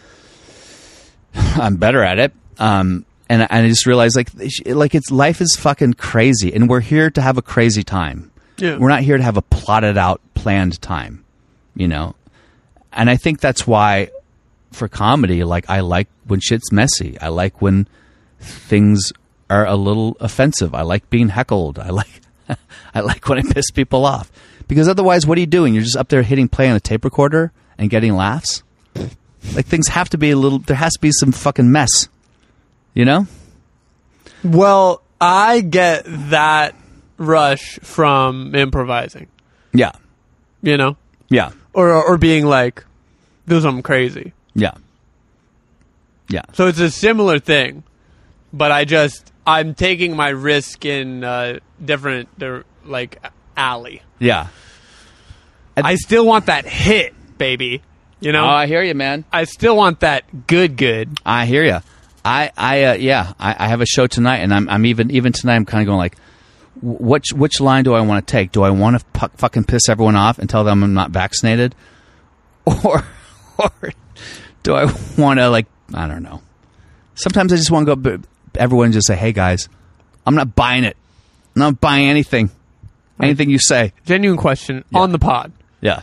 S3: I'm better at it. Um, and I- and I just realized like sh- like it's life is fucking crazy, and we're here to have a crazy time.
S4: Yeah.
S3: We're not here to have a plotted out, planned time, you know. And I think that's why, for comedy, like I like when shit's messy. I like when things are a little offensive. I like being heckled. I like I like when I piss people off because otherwise, what are you doing? You're just up there hitting play on a tape recorder and getting laughs. Like things have to be a little. There has to be some fucking mess, you know.
S4: Well, I get that rush from improvising,
S3: Yeah,
S4: you know,
S3: yeah,
S4: or or being like, do something crazy.
S3: yeah, yeah.
S4: So it's a similar thing, but I just I'm taking my risk in uh, different dir- like alley.
S3: Yeah.
S4: I still want that hit, baby. You know,
S3: Oh, hear you, man.
S4: I still want that good, good.
S3: I hear you. I, I, uh, yeah. I, I have a show tonight, and I'm, I'm even, even tonight. I'm kind of going like, wh- which, which line do I want to take? Do I want to pu- fucking piss everyone off and tell them I'm not vaccinated, or, or do I want to like, I don't know. Sometimes I just want to go. up to Everyone and just say, "Hey guys, I'm not buying it. I'm not buying anything. Anything you say."
S4: Genuine question on the pod.
S3: Yeah.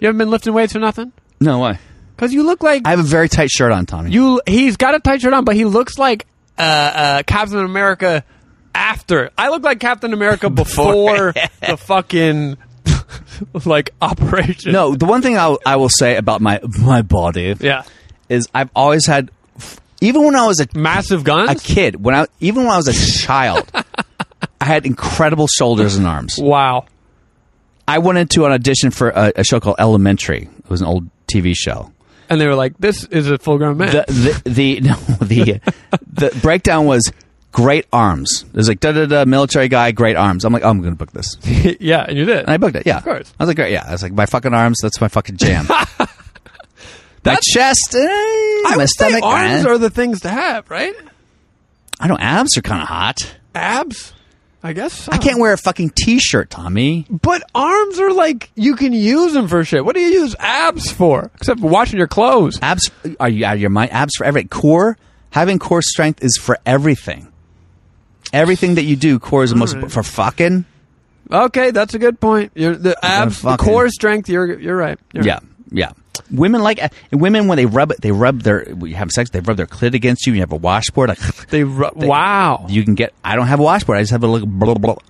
S4: You haven't been lifting weights or nothing?
S3: No way.
S4: Because you look like
S3: I have a very tight shirt on, Tommy.
S4: you. He's got a tight shirt on, but he looks like uh, uh, Captain America. After I look like Captain America before the fucking like operation.
S3: No, the one thing I'll, I will say about my my body
S4: Yeah.
S3: is I've always had, even when I was a,
S4: Massive
S3: a
S4: guns?
S3: kid, when I even when I was a child, I had incredible shoulders and arms.
S4: wow.
S3: I went into an audition for a, a show called Elementary. It was an old TV show.
S4: And they were like, this is a full grown man.
S3: The the the no, the, the breakdown was great arms. There's like da da da military guy, great arms. I'm like, oh, I'm going to book this.
S4: yeah, and you did.
S3: And I booked it. Yeah, of
S4: course.
S3: I was like, great. Yeah, I was like, my fucking arms. That's my fucking jam. my chest. Eh,
S4: I
S3: my
S4: would say
S3: stomach.
S4: arms
S3: eh.
S4: are the things to have, right?
S3: I don't. Abs are kind of hot.
S4: Abs? I guess so.
S3: I can't wear a fucking t-shirt, Tommy.
S4: But arms are like, you can use them for shit. What do you use abs for? Except for washing your clothes.
S3: Abs. Are you out of your mind? Abs for every core. Having core strength is for everything. Everything that you do, core is the most for fucking.
S4: Okay, that's a good point. You're, the abs, the
S3: fucking-
S4: core strength, you're, you're right. You're
S3: Yeah,
S4: right.
S3: yeah. Women like and women when they rub it. They rub their. When you have sex. They rub their clit against you. and You have a washboard. Like
S4: They, ru- wow.
S3: you can get. I don't have a washboard. I just have a little. Blah, blah, blah.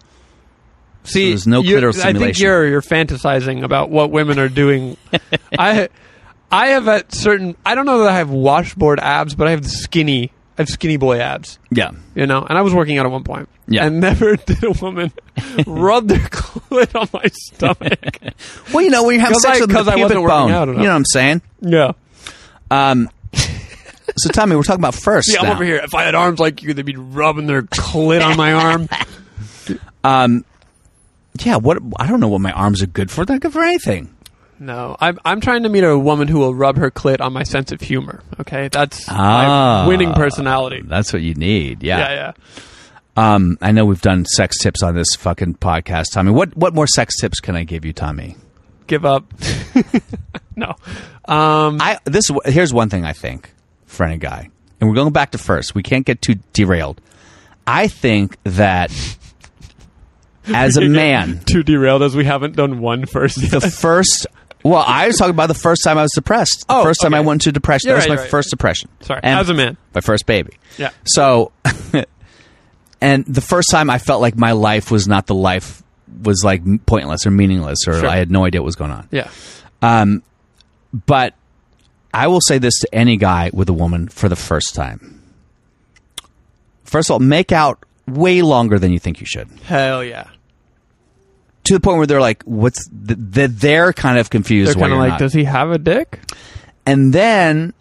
S4: See,
S3: there's no
S4: you're-
S3: clitoral
S4: I think
S3: stimulation.
S4: you're you're fantasizing about what women are doing. I I have a certain. I don't know that I have washboard abs, but I have the skinny. I have skinny boy abs.
S3: Yeah.
S4: You know, and I was working out at one point.
S3: Yeah.
S4: And never did a woman rub their clit on my stomach.
S3: Well, you know, when you have
S4: 'Cause
S3: sex
S4: I-
S3: with the
S4: 'cause I
S3: pubic
S4: wasn't working
S3: bone,
S4: out
S3: you
S4: enough.
S3: know what I'm saying?
S4: yeah.
S3: Um, so, Tommy, we're talking about first.
S4: Yeah, I'm
S3: now.
S4: over here. If I had arms like you, they'd be rubbing their clit on my arm.
S3: Yeah, what? I don't know what my arms are good for. They're not good for anything.
S4: No, I'm I'm trying to meet a woman who will rub her clit on my sense of humor. Okay, that's
S3: Ah.
S4: my winning personality.
S3: That's what you need. Yeah.
S4: Yeah, yeah.
S3: Um, I know we've done sex tips on this fucking podcast, Tommy. What what more sex tips can I give you, Tommy?
S4: give up. no. Um,
S3: I this here's one thing I think for any guy, and we're going back to first. We can't get too derailed. I think that as a man,
S4: too derailed as we haven't done one first.
S3: the first. Well, I was talking about the first time I was depressed. The
S4: Oh,
S3: first time
S4: okay.
S3: I went into depression.
S4: Yeah,
S3: that was
S4: right,
S3: my
S4: right.
S3: first depression.
S4: Sorry,
S3: And
S4: as a man.
S3: my first baby.
S4: Yeah.
S3: So, and the first time I felt like my life was not the life was like pointless or meaningless or
S4: Sure.
S3: I had no idea what was going on.
S4: Yeah.
S3: But I will say this to any guy with a woman for the first time. First of all, make out way longer than you think you should.
S4: Hell yeah.
S3: To the point where they're like, "What's?" th- th- They're kind of confused.
S4: They're
S3: why
S4: kind of
S3: you're
S4: like,
S3: not.
S4: does he have a dick?
S3: and then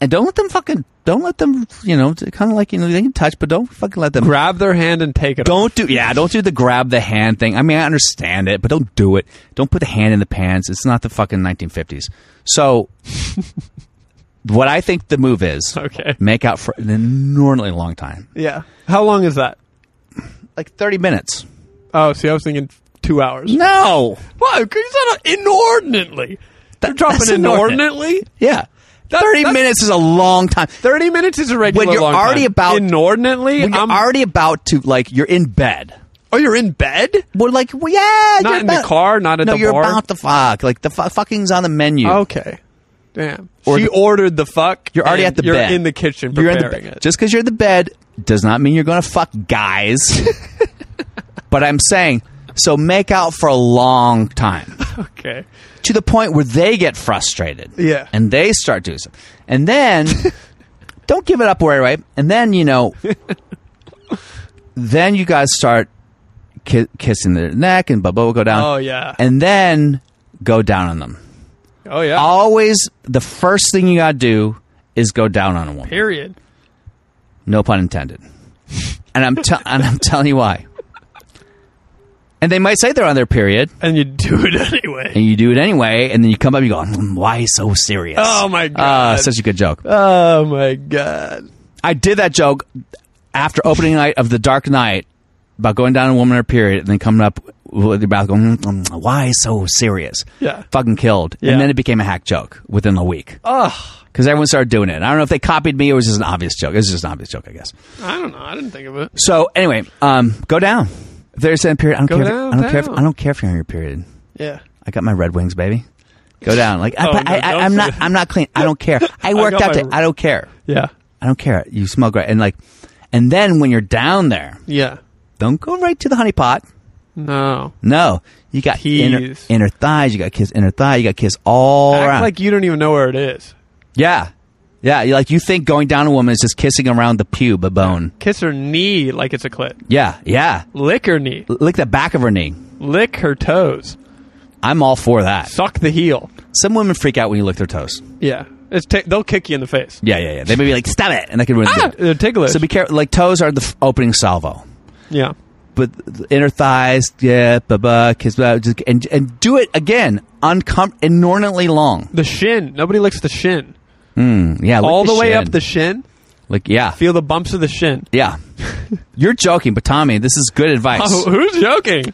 S3: and don't let them fucking don't let them you know kind of like you know they can touch but don't fucking let them
S4: Grab their hand and take it.
S3: don't do yeah don't do the grab the hand thing i mean i understand it but don't do it don't put the hand in the pants it's not the fucking 1950s so what i think the move is
S4: Okay.
S3: make out for an enormously long time
S4: Yeah. How long is that?
S3: like 30 minutes
S4: Oh, see, I was thinking two hours.
S3: no
S4: Wow, you said inordinately. They're dropping
S3: that's inordinate.
S4: inordinately.
S3: yeah
S4: That's-
S3: 30
S4: that's-
S3: minutes is a long time.
S4: 30 minutes is a regular
S3: When you're
S4: long
S3: already
S4: time.
S3: about-
S4: inordinately
S3: When you're
S4: I'm,
S3: already about to, like, you're in bed.
S4: oh you're in bed
S3: Well, like, well, yeah.
S4: Not
S3: you're
S4: in the
S3: about-
S4: car, not at
S3: no,
S4: the
S3: you're
S4: bar? Oh,
S3: about to fuck. Like, the fu- fucking's on the menu.
S4: okay damn
S3: Or
S4: she
S3: the-
S4: ordered the fuck
S3: You're already
S4: and
S3: at the
S4: you're
S3: bed.
S4: in the kitchen
S3: You're
S4: preparing
S3: in the bed.
S4: it
S3: Just because you're in the bed does not mean you're going to fuck guys. but I'm saying, so make out for a long time
S4: okay
S3: to the point where they get frustrated.
S4: Yeah.
S3: And they start doing something. And then don't give it up right away. And then, you know, then you guys start ki- kissing their neck and blah, blah, blah, go down.
S4: Oh, yeah.
S3: And then go down on them.
S4: oh yeah
S3: Always the first thing you got to do is go down on a woman.
S4: period
S3: No pun intended. And I'm tell and I'm telling you why. And they might say they're on their period,
S4: and you do it anyway
S3: and you do it anyway, and then you come up and you go, "Mm, "Why so serious?"
S4: Oh, my
S3: Ah,
S4: God.
S3: such a good joke.
S4: oh my god
S3: I did that joke after opening night of The Dark Knight about going down on a woman on her period, and then coming up with your mouth going, "Mm, mm, "Why so serious?"
S4: Yeah.
S3: fucking killed.
S4: Yeah.
S3: And then it became a hack joke within a week
S4: oh
S3: because everyone started doing it. And I don't know if they copied me; it was just an obvious joke. It was just an obvious joke, I guess.
S4: i don't know i didn't think of it
S3: So anyway, um, go down. If there's a period, I don't
S4: Go
S3: care.
S4: down,
S3: if, I don't care. If,
S4: down.
S3: I don't care if you're on your period.
S4: yeah
S3: I got my Red Wings, baby. Go down. Like I,
S4: Oh,
S3: but
S4: no,
S3: I, I,
S4: don't
S3: I'm
S4: say
S3: not.
S4: that.
S3: I'm not clean. I don't care. I worked
S4: got
S3: out.
S4: my-
S3: today. I don't care.
S4: yeah
S3: I don't care. You smell great. And like, and then when you're down there,
S4: yeah
S3: don't go right to the honey pot.
S4: no
S3: No, you got inner,
S4: Tease.
S3: inner thighs. You got kiss inner thigh. You got kiss all
S4: act
S3: around.
S4: like you don't even know where it is
S3: yeah, yeah. you- Like you think going down a woman is just kissing around the pube, a bone.
S4: kiss her knee like it's a clit
S3: Yeah, yeah.
S4: lick her knee
S3: L- Lick the back of her knee.
S4: lick her toes
S3: I'm all for that.
S4: suck the heel
S3: Some women freak out when you lick their toes.
S4: yeah it's t- they'll kick you in the face
S3: Yeah, yeah, yeah. They may be like, "Stop it," and that could ruin
S4: ah,
S3: the
S4: they're ticklish
S3: So be careful. Like toes are the f- opening salvo,
S4: yeah
S3: but the inner thighs, yeah, blah blah, kiss, blah, just, and and do it again, uncom- inordinately long. Mm,
S4: the shin nobody licks the shin
S3: Yeah, lick
S4: all the, way
S3: shin.
S4: up the shin
S3: like yeah,
S4: feel the bumps of the shin
S3: yeah. You're joking, but Tommy, this is good advice.
S4: oh, who's joking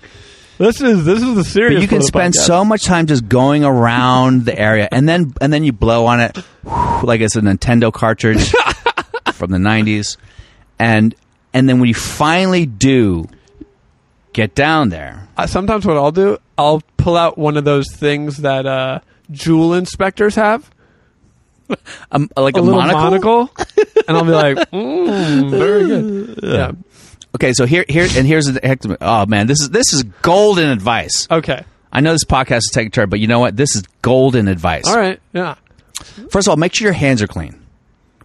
S4: this is this is the serious
S3: but you can
S4: part of the
S3: spend
S4: podcast.
S3: so much time just going around the area, and then and then you blow on it like it's a Nintendo cartridge from the '90s, and and then when you finally do get down there,
S4: I, sometimes what I'll do, I'll pull out one of those things that uh, jewel inspectors have,
S3: um, like
S4: uh, a,
S3: a,
S4: little
S3: monocle?
S4: monocle, and I'll be like, mm, very good. Yeah.
S3: Okay, so here here and here's the heck. Oh man, this is this is golden advice.
S4: Okay.
S3: I know this podcast is taking a turn, but you know what? This is golden advice.
S4: All right. Yeah.
S3: First of all, make sure your hands are clean.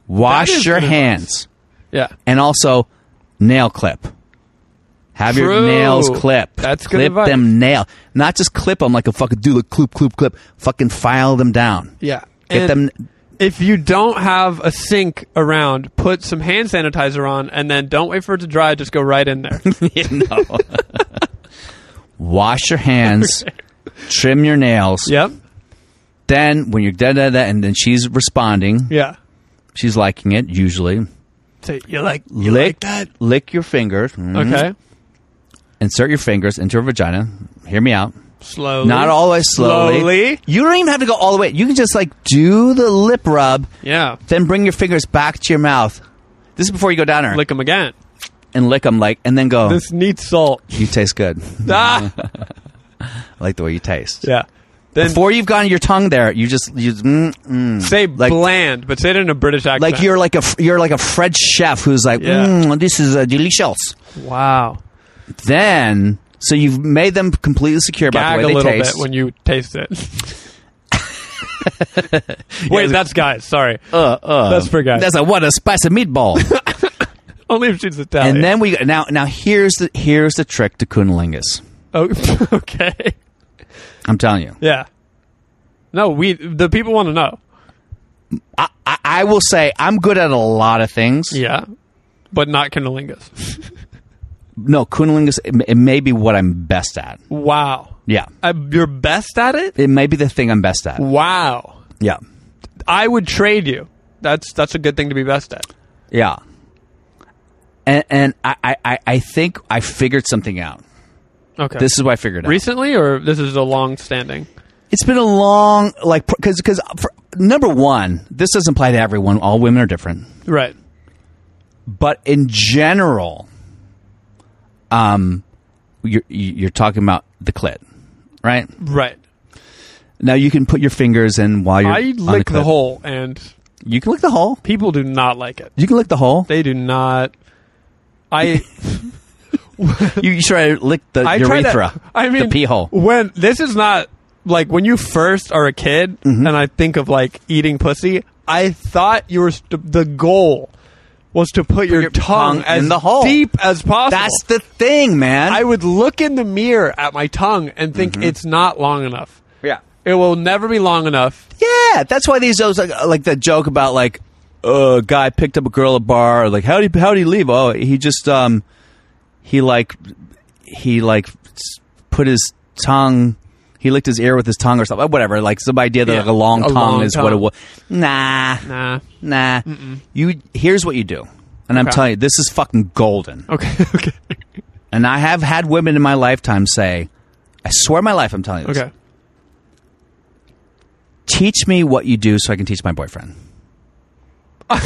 S3: Wash
S4: is
S3: your
S4: good advice.
S3: hands,
S4: Yeah.
S3: and also nail clip. Have your
S4: True.
S3: nails clip.
S4: That's good
S3: clip
S4: advice.
S3: them nail, not just clip them like a fucking do the clip clip clip. Fucking file them down.
S4: Yeah.
S3: Get
S4: And
S3: them.
S4: If you don't have a sink around, put some hand sanitizer on, and then don't wait for it to dry. Just go right in there.
S3: no. Wash your hands. Trim your nails.
S4: yep.
S3: Then when you're da da da, and then she's responding,
S4: Yeah.
S3: she's liking it usually.
S4: So you're like, you
S3: lick
S4: like that?
S3: lick your fingers. Mm.
S4: Okay.
S3: Insert your fingers into her vagina. Hear me out.
S4: Slowly.
S3: Not always slowly.
S4: Slowly.
S3: You don't even have to go all the way. You can just like do the lip rub,
S4: Yeah.
S3: then bring your fingers back to your mouth. This is before you go down her
S4: Lick them again.
S3: and lick them like, and then go.
S4: This needs salt.
S3: you taste good.
S4: Ah.
S3: I like the way you taste.
S4: yeah. Then
S3: Before you've gotten your tongue there, you just you mm, mm.
S4: say
S3: like-
S4: bland, but say it in a British accent.
S3: like you're like a you're like a French chef who's like,
S4: Yeah.
S3: mm, this is uh, delicious.
S4: wow.
S3: then so you've made them completely secure about the
S4: Gag a
S3: way they
S4: little
S3: taste.
S4: bit when you taste it. Wait, that's guys. Sorry,
S3: uh, uh,
S4: that's for guys.
S3: That's a what a spicy meatball.
S4: Oh, Only if she's Italian.
S3: and then we now now here's the here's the trick to cunnilingus.
S4: oh, okay,
S3: I'm telling you,
S4: yeah. No, we the people want to know.
S3: I, I, I will say I'm good at a lot of things.
S4: Yeah, but not cunnilingus.
S3: No, cunnilingus it, may- it may be what I'm best at.
S4: Wow,
S3: Yeah,
S4: I, you're best at it.
S3: it may be the thing I'm best
S4: Mm.
S3: at.
S4: Wow,
S3: Yeah,
S4: I would trade you. That's that's a good thing to be best at.
S3: yeah. And and I, I- I, I think I figured something out.
S4: Okay,
S3: This is what I figured out.
S4: recently or this is a long standing.
S3: It's been a long like because because number one, this doesn't apply to everyone. All women are different.
S4: Right.
S3: but in general, um, you're you're talking about the clit, right?
S4: Right.
S3: Now you can put your fingers in while you're.
S4: I
S3: on
S4: lick the
S3: clit.
S4: hole, and
S3: You can lick the hole.
S4: people do not like it.
S3: You can lick the hole.
S4: They do not. I
S3: you, you try to lick the
S4: I try to-
S3: urethra.
S4: I mean,
S3: the pee hole.
S4: When this is not like when you first are a kid,
S3: Mm-hmm.
S4: and I think of like eating pussy. I thought you were st- the goal was to put, your,
S3: your
S4: tongue,
S3: tongue
S4: as
S3: in the hole.
S4: deep as possible.
S3: That's the thing, man.
S4: I would look in the mirror at my tongue and think
S3: Mm-hmm.
S4: it's not long enough.
S3: yeah.
S4: It will never be long enough.
S3: Yeah, that's why these those like, like the joke about like a guy picked up a girl at a bar. Like how do you, how do you leave? Oh, he just um he like he like s- put his tongue. He licked his ear with his tongue or something. Whatever. Like some idea that
S4: Yeah,
S3: like a long
S4: a
S3: tongue
S4: long
S3: is what it
S4: tongue.
S3: was. Nah,
S4: Nah.
S3: nah. You here's what you do, and I'm
S4: Okay.
S3: telling you, this is fucking golden.
S4: Okay. Okay.
S3: And I have had women in my lifetime say, "I swear my life, I'm telling you this.
S4: Okay.
S3: teach me what you do so I can teach my boyfriend.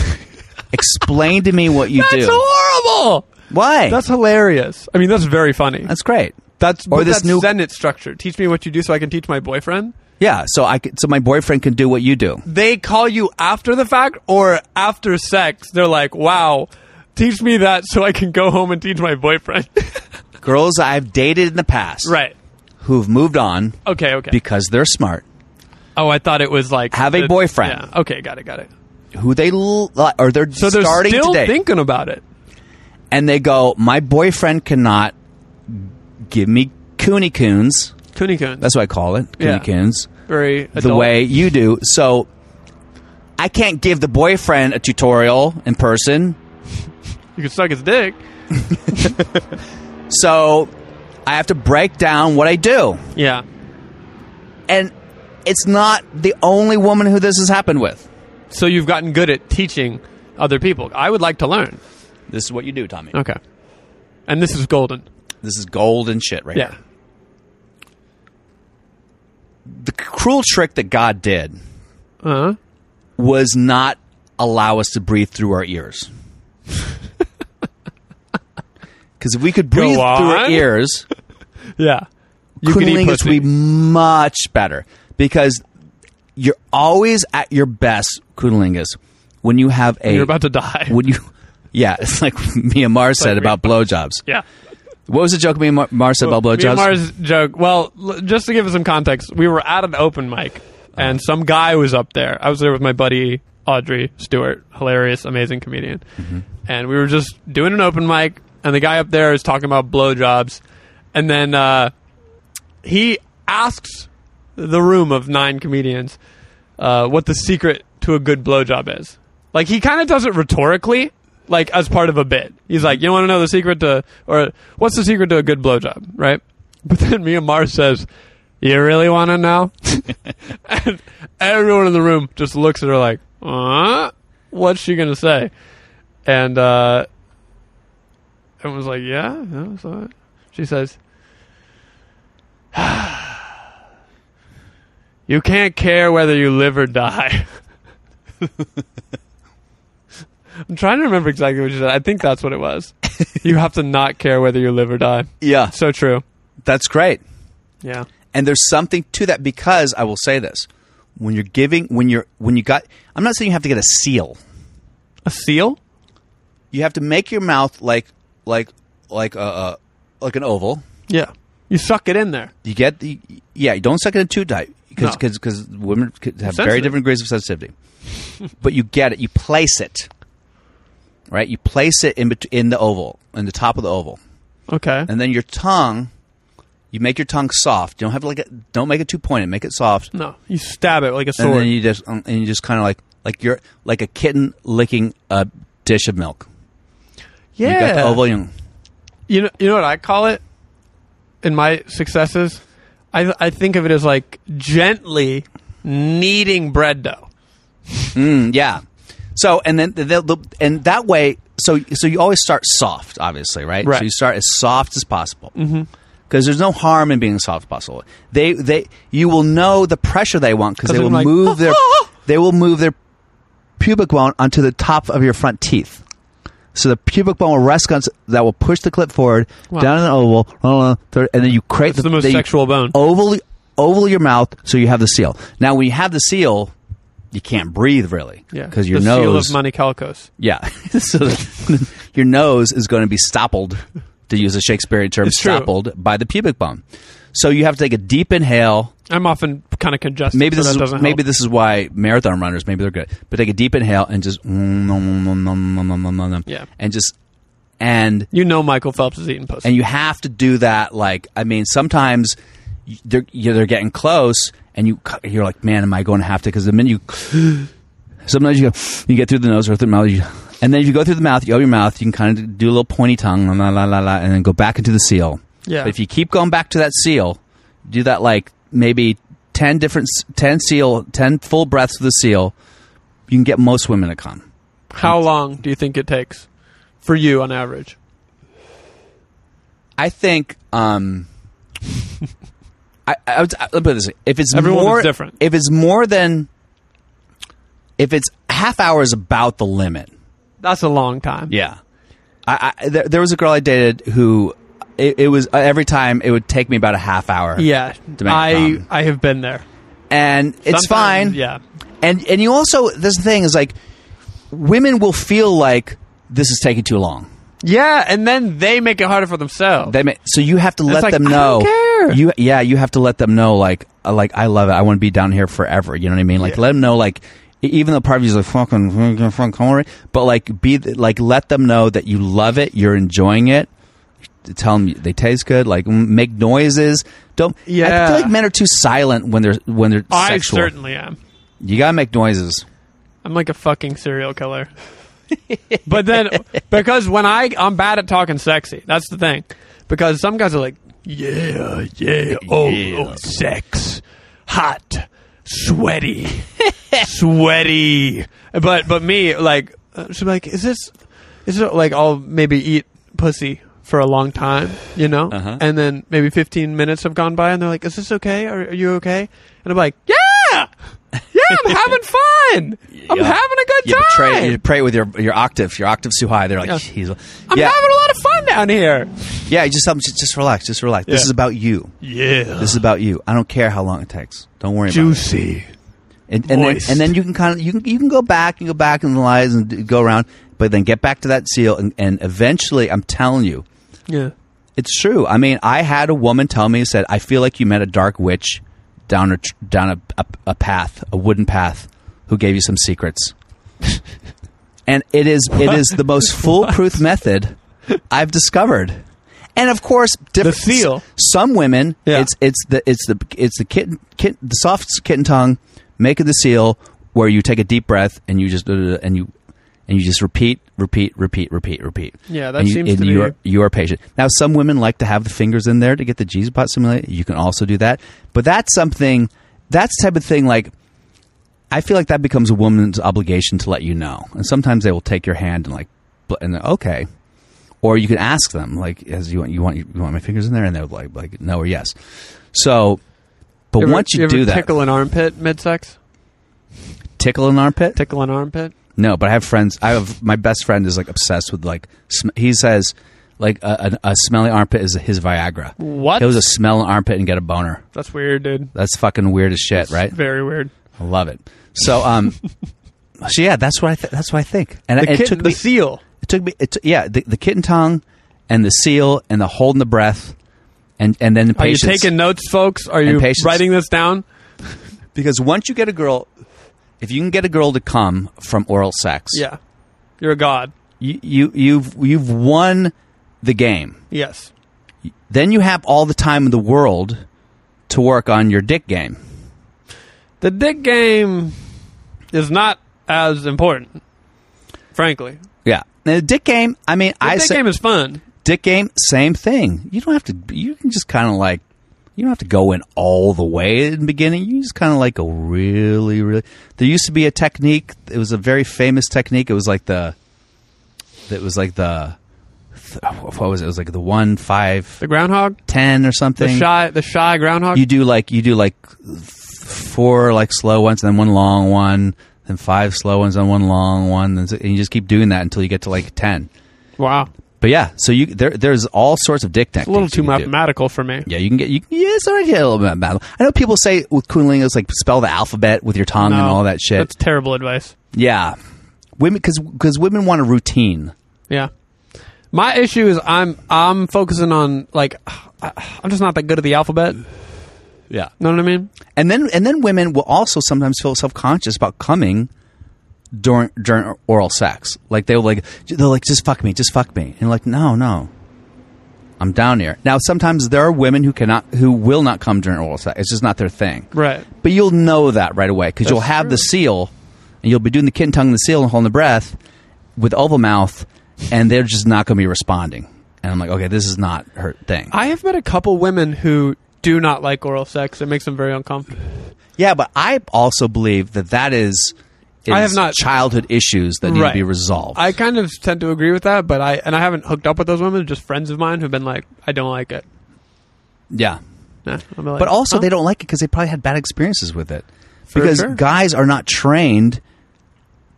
S3: Explain to me what you
S4: That's
S3: do.
S4: horrible.
S3: Why?
S4: That's hilarious. I mean, that's very funny.
S3: That's great.
S4: That's
S3: Or
S4: but
S3: this
S4: that's
S3: new-
S4: sentence structure. Teach me what you do so I can teach my boyfriend.
S3: Yeah, so I could, so my boyfriend can do what you do.
S4: They call you after the fact or after sex. They're like, "Wow, teach me that so I can go home and teach my boyfriend."
S3: Girls I've dated in the past,
S4: right.
S3: who've moved on
S4: Okay. Okay.
S3: because they're smart,
S4: oh, I thought it was like
S3: Have a
S4: the-
S3: boyfriend.
S4: Yeah. Okay. Got it. Got it.
S3: who they l- li- or they're
S4: So they're
S3: starting
S4: still
S3: today,
S4: thinking about it.
S3: and they go, my boyfriend cannot give me cooney coons.
S4: Kunikun.
S3: That's what I call it, cooney
S4: Yeah.
S3: coons.
S4: very adult.
S3: the way you do. So I can't give the boyfriend a tutorial in person.
S4: you can suck his dick.
S3: So I have to break down what I do.
S4: Yeah.
S3: And it's not the only woman who this has happened with.
S4: So you've gotten good at teaching other people. I would like to learn.
S3: This is what you do, Tommy.
S4: Okay. And this is golden.
S3: This is golden shit right
S4: Yeah.
S3: here. The cruel trick that God did
S4: Uh huh.
S3: was not allow us to breathe through our ears. Because if we could breathe through our
S4: on.
S3: ears,
S4: Yeah. You can eat
S3: cunnilingus
S4: pussy.
S3: would be much better because you're always at your best cunnilingus when you have a
S4: You're about to die.
S3: when you yeah it's like Mia Mars said about blowjobs
S4: yeah.
S3: what was the joke Mia Mar- Mars said about
S4: Me and
S3: blowjobs
S4: Mars joke. Well, l- just to give it some context, we were at an open mic, and some guy was up there. I was there with my buddy Audrey Stewart, hilarious, amazing comedian, and we were just doing an open mic, and the guy up there is talking about blowjobs, and then uh, he asks the room of nine comedians uh, what the secret to a good blowjob is. Like he kind of does it rhetorically, like as part of a bit. He's like, "You want to know the secret to, or what's the secret to a good blowjob?" Right? But then Mia Mars says, "You really want to know?" and everyone in the room just looks at her like, "Huh? What's she gonna say?" And uh, everyone's like, "Yeah, yeah, it's all right." She says. You can't care whether you live or die. I'm trying to remember exactly what you said. I think that's what it was. you have to not care whether you live or die.
S3: yeah
S4: So true.
S3: that's great
S4: Yeah.
S3: and there's something to that because I will say this when you're giving when you're when you got I'm not saying you have to get a seal
S4: A seal?
S3: you have to make your mouth like like like a, a like an oval
S4: Yeah. You suck it in there.
S3: You get the yeah. You don't suck it in too tight because
S4: No.
S3: because women could have very
S4: Sensitive.
S3: different degrees of sensitivity. but you get it. You place it right. You place it in bet- in the oval in the top of the oval,
S4: Okay.
S3: and then your tongue. You make your tongue soft. You don't have like a, don't make it too pointed. Make it soft,
S4: no. You stab it like a
S3: and
S4: sword.
S3: then you just and you just kind of like like you're like a kitten licking a dish of milk.
S4: yeah.
S3: You got the oval. You,
S4: You know, you know what I call it in my successes? I, I think of it as like gently kneading bread dough.
S3: Mm, yeah. So and then the, the, the, and that way, so so you always start soft, obviously, right?
S4: Right. Mm-hmm.
S3: So you start as soft as possible because there's no harm in being soft as possible. They they you will know the pressure they want because they
S4: they're
S3: will
S4: like, "Ah,
S3: move their they will move their pubic bone onto the top of your front teeth. So the pubic bone will rest on that will push the clip forward
S4: Wow.
S3: down in the oval, uh, third- and then you create
S4: It's the most
S3: they
S4: sexual bone.
S3: oval oval your mouth so you have the seal. Now when you have the seal, you can't breathe really
S4: Yeah,
S3: because your
S4: the
S3: nose
S4: seal of Monte Calcos.
S3: yeah. so the, your nose is going to be stoppled, to use a Shakespearean term,
S4: It's true.
S3: stoppled by the pubic bone. So you have to take a deep inhale.
S4: I'm often kind of congested.
S3: Maybe
S4: so
S3: this
S4: that
S3: is
S4: doesn't
S3: maybe
S4: help.
S3: this is why marathon runners maybe they're good, but take a deep inhale and just mm, nom, nom, nom, nom, nom, nom, nom, nom, nom,
S4: Yeah.
S3: and just and
S4: you know Michael Phelps is eating pussy.
S3: and you have to do that. Like I mean, sometimes y- they're you they're getting close, and you cu- you're like, man, am I going to have to? Because the minute you sometimes you go, you get through the nose or through the mouth, you, and then if you go through the mouth, you open your mouth, you can kind of do a little pointy tongue, la la la la, la and then go back into the seal.
S4: Yeah.
S3: But if you keep going back to that seal, do that like maybe ten different s- ten seal ten full breaths of the seal, you can get most women to come.
S4: How long do you think it takes for you on average?
S3: I think um I, I would, I, let me put it this way. if it's
S4: Every
S3: more
S4: woman's different.
S3: if it's more than if it's half hour is about the limit.
S4: That's a long time.
S3: Yeah. I, I there, there was a girl I dated who it, it was uh, every time it would take me about a half hour.
S4: Yeah,
S3: To make
S4: I
S3: it come.
S4: I have been there.
S3: And it's
S4: Sometimes-
S3: fine.
S4: Yeah,
S3: And and you also this thing is like women will feel like this is taking too long.
S4: yeah, and then they make it harder for themselves.
S3: They may, so you have to let
S4: like,
S3: them
S4: I
S3: know.
S4: don't care.
S3: You yeah, you have to let them know like uh, like I love it. I want to be down here forever. You know what I mean? Like let them know like e- even though part of you's like fucking fucking fucking come over, but like be th- like let them know that you love it. You're enjoying it. Tell them they taste good. Like m- make noises. Don't. I
S4: Yeah.
S3: feel like men are too silent when they're when they're
S4: I
S3: sexual.
S4: certainly am.
S3: you gotta make noises.
S4: I'm like a fucking serial killer. but then, because when I I'm bad at talking sexy, that's the thing. Because some guys are like, yeah, yeah, oh, oh sex, hot, sweaty, sweaty. But but me like uh, she's like, is this is it like I'll maybe eat pussy for a long time, you know, and then maybe 15 minutes have gone by, and they're like, is this okay? Are, are you okay? And I'm like, yeah. Yeah, I'm having fun. I'm
S3: Yeah.
S4: having a good
S3: You
S4: time.
S3: betray, you pray with your your octave. Your octave's too high. They're like,
S4: Yeah.
S3: "Jeez."
S4: I'm
S3: yeah,
S4: having a lot of fun down here.
S3: yeah. You just tell them, just, just relax, just relax. This
S4: Yeah.
S3: is about you.
S4: Yeah.
S3: This is about you. I don't care how long it takes. Don't worry about
S4: Juicy.
S3: it. And, and, then,
S4: moist.
S3: and then you can kind of you can you can go back and go back and lies and d- go around, but then get back to that seal and, and eventually, I'm telling you,
S4: Yeah.
S3: it's true. I mean, I had a woman tell me said, "I feel like you met a dark witch down a tr- down a, a, a path, a wooden path, who gave you some secrets." and it is it is the most foolproof method I've discovered. And of course, different,
S4: seal.
S3: s- Some women,
S4: Yeah.
S3: it's it's the it's the it's the kitten, kitten the soft kitten tongue, make it the seal where you take a deep breath and you just and you and you just repeat, repeat, repeat, repeat, repeat.
S4: Yeah, that
S3: And you,
S4: seems
S3: and
S4: to
S3: you
S4: be-
S3: are- you are patient. Now, some women like to have the fingers in there to get the G spot stimulated. You can also do that, but that's something. That's the type of thing. Like, I feel like that becomes a woman's obligation to let you know. And sometimes they will take your hand and like, bl- and they're, okay, or you can ask them like, as you want, you want, you want my fingers in there, and they'll like, like no or yes. So, but
S4: ever-
S3: once you,
S4: ever
S3: do that,
S4: tickle an armpit mid sex?
S3: tickle an armpit,
S4: Tickle an armpit?
S3: No, but I have friends. I have my best friend is like obsessed with like sm- he says like a, a, a smelly armpit is his Viagra.
S4: What?
S3: He'll just smell an armpit and get a boner.
S4: That's weird, dude.
S3: That's fucking weird as shit, right?
S4: Very weird.
S3: I love it. So um, so yeah, that's what I th- that's what I think. And
S4: The,
S3: it,
S4: kitten,
S3: took
S4: the
S3: me,
S4: seal.
S3: it took me it took yeah the, the kitten tongue and the seal and the holding the breath and and then the
S4: Are you
S3: patience.
S4: taking notes, folks? Are you
S3: patience.
S4: writing this down?
S3: because once you get a girl, if you can get a girl to come from oral sex,
S4: Yeah. You're a god.
S3: you, you you've you've won the game.
S4: Yes.
S3: then you have all the time in the world to work on your dick game.
S4: The dick game is not as important, frankly.
S3: Yeah. And the dick game, I mean,
S4: The
S3: I
S4: dick
S3: say
S4: game is fun.
S3: dick game, same thing. You don't have to, you can just kind of like, you don't have to go in all the way in the beginning. You just kind of like go really, really. There used to be a technique. It was a very famous technique. It was like the, it was like the, what was it? It was like the one, five,
S4: The groundhog,
S3: ten or something.
S4: the shy, the shy groundhog.
S3: you do like you do like four like slow ones, and then one long one, then five slow ones, and one long one, and you just keep doing that until you get to like ten.
S4: Wow.
S3: But yeah, so you there, there's all sorts of dick techniques.
S4: A little
S3: you
S4: too
S3: can do.
S4: mathematical for me.
S3: Yeah, you can get you. can- Yeah, it's all right. Yeah, a little bit about. I know people say with Kundalini, it's like spell the alphabet with your tongue and
S4: No,
S3: all that shit.
S4: That's terrible advice.
S3: yeah, women because women want a routine.
S4: Yeah. My issue is I'm I'm focusing on like I- I'm just not that good at the alphabet.
S3: Yeah,
S4: Know what I mean?
S3: and then and then women will also sometimes feel self conscious about coming during during oral sex. Like they'll like they're like just fuck me, just fuck me, and like no, no, I'm down here. Now sometimes there are women who cannot who will not come during oral sex. It's just not their thing.
S4: Right.
S3: But you'll know that right away because you'll
S4: That's
S3: have
S4: true.
S3: the seal, and you'll be doing the kitten tongue and the seal and holding the breath with oval mouth, and they're just not going to be responding. And I'm like, okay, this is not her thing.
S4: I have met a couple women who do not like oral sex. It makes them very uncomfortable.
S3: yeah, but I also believe that that is.
S4: I
S3: is
S4: have not-
S3: childhood issues that need
S4: Right.
S3: to be resolved.
S4: I kind of tend to agree with that, but I and I haven't hooked up with those women, just friends of mine who've been like, I don't like it.
S3: yeah,
S4: Nah, I'm like,
S3: but also
S4: huh?
S3: they don't like it because they probably had bad experiences with it.
S4: For
S3: because
S4: sure.
S3: guys are not trained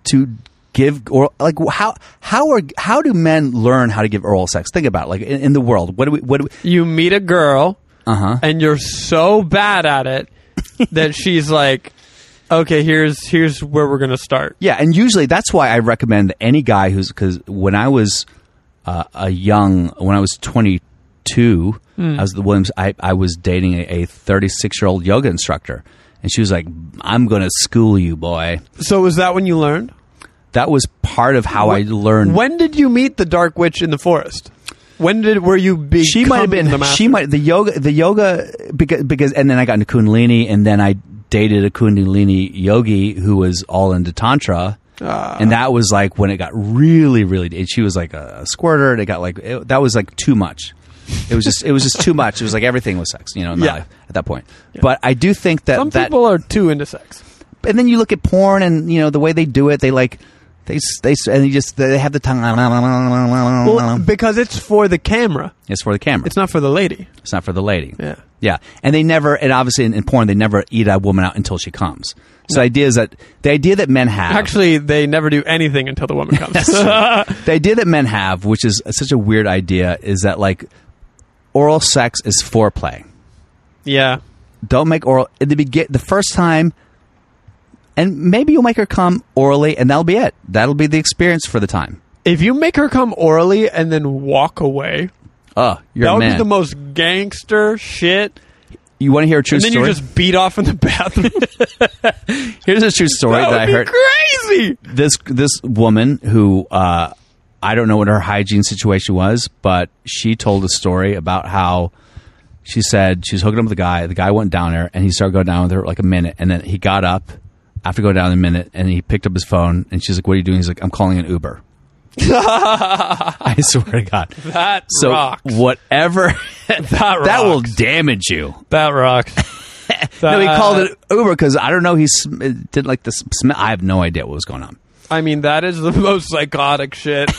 S3: to give or like how how are how do men learn how to give oral sex? Think about it. like in, in the world. What do we what do we,
S4: you meet a girl
S3: Uh-huh.
S4: and you're so bad at it that she's like, okay, here's here's where we're gonna start.
S3: Yeah, and usually that's why I recommend that any guy who's because when I was uh, a young, when I was twenty two, I was at the Williams. I, I was dating a thirty six year old yoga instructor, and she was like, "I'm going to school you, boy."
S4: So was that when you learned?
S3: That was part of how I learned.
S4: When did you meet the dark witch in the forest? When did were you be?
S3: she might have been.
S4: The master?
S3: she might the yoga. The yoga because because and then I got into Kundalini, and then I dated a Kundalini yogi who was all into tantra.
S4: Ah.
S3: and that was like when it got really, really. And she was like a, squirter, and it got like it, that was like too much. It was just, it was just too much. It was like everything was sex, you know, in my
S4: Yeah.
S3: life at that point. But I do think that
S4: Some
S3: that,
S4: people are too into sex.
S3: and then you look at porn, and you know the way they do it, they like they s- they s- and they just they have the tongue.
S4: Well, because it's for the camera.
S3: it's for the camera.
S4: It's not for the lady.
S3: It's not for the lady.
S4: Yeah.
S3: Yeah. And they never, and obviously in, in porn, they never eat a woman out until she comes. So the idea is that, the idea that men have,
S4: Actually, they never do anything until the woman comes.
S3: the idea that men have, which is such a weird idea, is that like oral sex is foreplay.
S4: yeah.
S3: Don't make oral, at the begin, the first time, and maybe you'll make her come orally and that'll be it. That'll be the experience for the time.
S4: If you make her come orally and then walk away,
S3: Oh, you're
S4: that
S3: a
S4: would
S3: man.
S4: be the most gangster shit.
S3: you want to hear a true
S4: and then
S3: story?
S4: you just beat off in the bathroom.
S3: Here's a true story that,
S4: that would
S3: I
S4: be
S3: heard.
S4: crazy.
S3: this this woman who uh, I don't know what her hygiene situation was, but she told a story about how she said she was hooking up with a guy. The guy went down there and he started going down with her like a minute, and then he got up after going down a minute and he picked up his phone and she's like, "What are you doing?" He's like, "I'm calling an Uber." I swear to God.
S4: That
S3: So
S4: rocks.
S3: whatever that,
S4: That
S3: will
S4: rocks. Uh,
S3: damage you.
S4: That rocks.
S3: No, he
S4: That-
S3: called it Uber because I don't know. He sm- didn't like the smell. I have no idea what was going on.
S4: I mean, that is the most psychotic shit.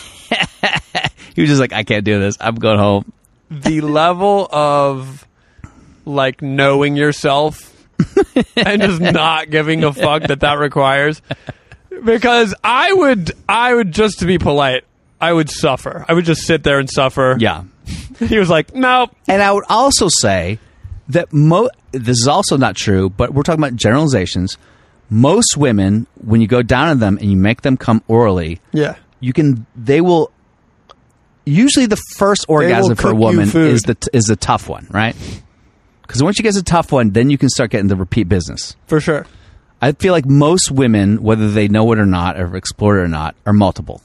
S3: He was just like, "I can't do this. I'm going home."
S4: the level of like knowing yourself and just not giving a fuck that that requires because i would i would just to be polite i would suffer i would just sit there and suffer
S3: Yeah.
S4: he was like nope
S3: And I would also say that mo- this is also not true, but we're talking about generalizations. Most women, when you go down on them and you make them come orally,
S4: yeah
S3: you can they will usually the first orgasm for
S4: cook
S3: a
S4: you
S3: woman
S4: food.
S3: is the t- is the tough one, right? Because once you get a tough one, then you can start getting the repeat business.
S4: for sure
S3: I feel like most women, whether they know it or not, or have explored it or not, are multiple.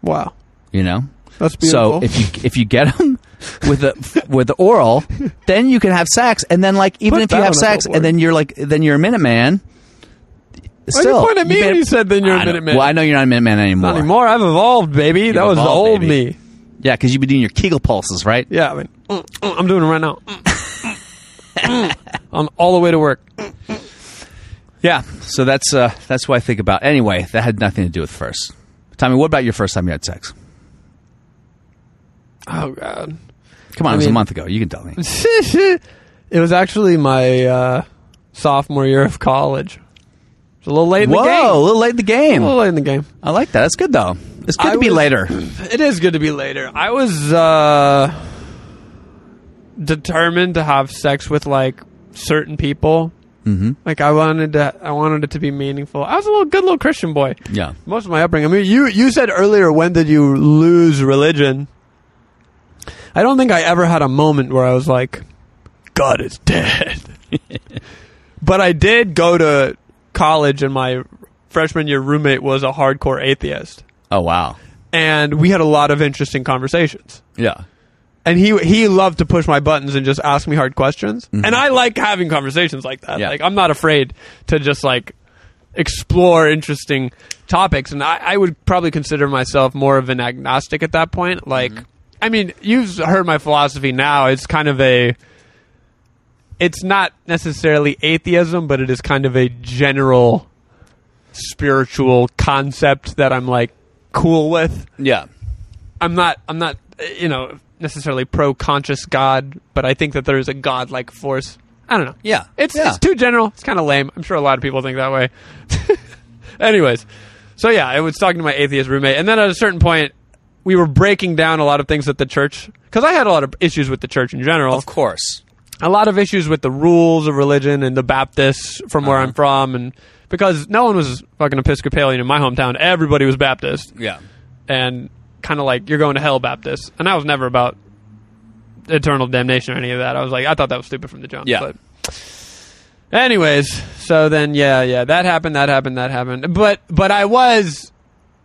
S4: wow
S3: You know,
S4: that's
S3: So
S4: beautiful
S3: if you if you get them with the with the oral, then you can have sex, and then like even
S4: Put
S3: if
S4: that
S3: you have
S4: on a
S3: sex,
S4: billboard.
S3: and then you're like then you're a Minuteman.
S4: Why'd you
S3: Still,
S4: point at me when
S3: made-
S4: you said then you're a
S3: I know-
S4: Minuteman?
S3: Well, I know you're not a Minuteman anymore.
S4: not anymore i've evolved baby that was the
S3: evolved,
S4: old
S3: baby.
S4: me
S3: Yeah, because you've been doing your Kegel pulses, right?
S4: yeah i mean mm, mm, i'm doing it right now Mm, mm, mm. i'm all the way to work
S3: Yeah. So that's uh that's what I think about. Anyway, that had nothing to do with first. Tommy, what about your first time you had sex?
S4: oh god
S3: Come on, it was a
S4: mean-
S3: month ago. You can tell me.
S4: it was actually my uh, sophomore year of college. It's a little late in
S3: Whoa,
S4: the game.
S3: a little late in the
S4: A little
S3: game.
S4: late in the game.
S3: I like that. That's good though. It's good
S4: I
S3: to be
S4: was-
S3: later.
S4: It is good to be later. I was uh, determined to have sex with like certain people. Mm-hmm. Like I wanted to, I wanted it to be meaningful. I was a little good little Christian boy.
S3: Yeah.
S4: Most of my upbringing. I mean, you you said earlier, when did you lose religion? I don't think I ever had a moment where I was like, God is dead. but I did go to college, and my freshman year roommate was a hardcore atheist
S3: Oh wow.
S4: and we had a lot of interesting conversations.
S3: Yeah.
S4: And he he loved to push my buttons and just ask me hard questions. And I like having conversations like that.
S3: Yeah.
S4: Like I'm not afraid to just like explore interesting topics. And I, I would probably consider myself more of an agnostic at that point. Like I mean, you've heard my philosophy now. It's kind of a it's not necessarily atheism, but it is kind of a general spiritual concept that I'm like cool with.
S3: Yeah.
S4: I'm not I'm not uh, you know necessarily pro conscious God, but I think that there is a God like force. I don't know.
S3: Yeah.
S4: It's
S3: Yeah.
S4: it's too general. It's kind of lame. I'm sure a lot of people think that way. Anyways, so yeah, I was talking to my atheist roommate, and then at a certain point, we were breaking down a lot of things that the church because I had a lot of issues with the church in general
S3: Of course.
S4: a lot of issues with the rules of religion and the Baptists from where
S3: Uh-huh.
S4: I'm from, and because no one was fucking Episcopalian in my hometown, everybody was Baptist,
S3: Yeah.
S4: and kind of like you're going to hell, Baptist. And I was never about eternal damnation or any of that. I was like, I thought that was stupid from the jump.
S3: Yeah.
S4: But anyways, so then yeah, yeah, that happened, that happened, that happened. But but I was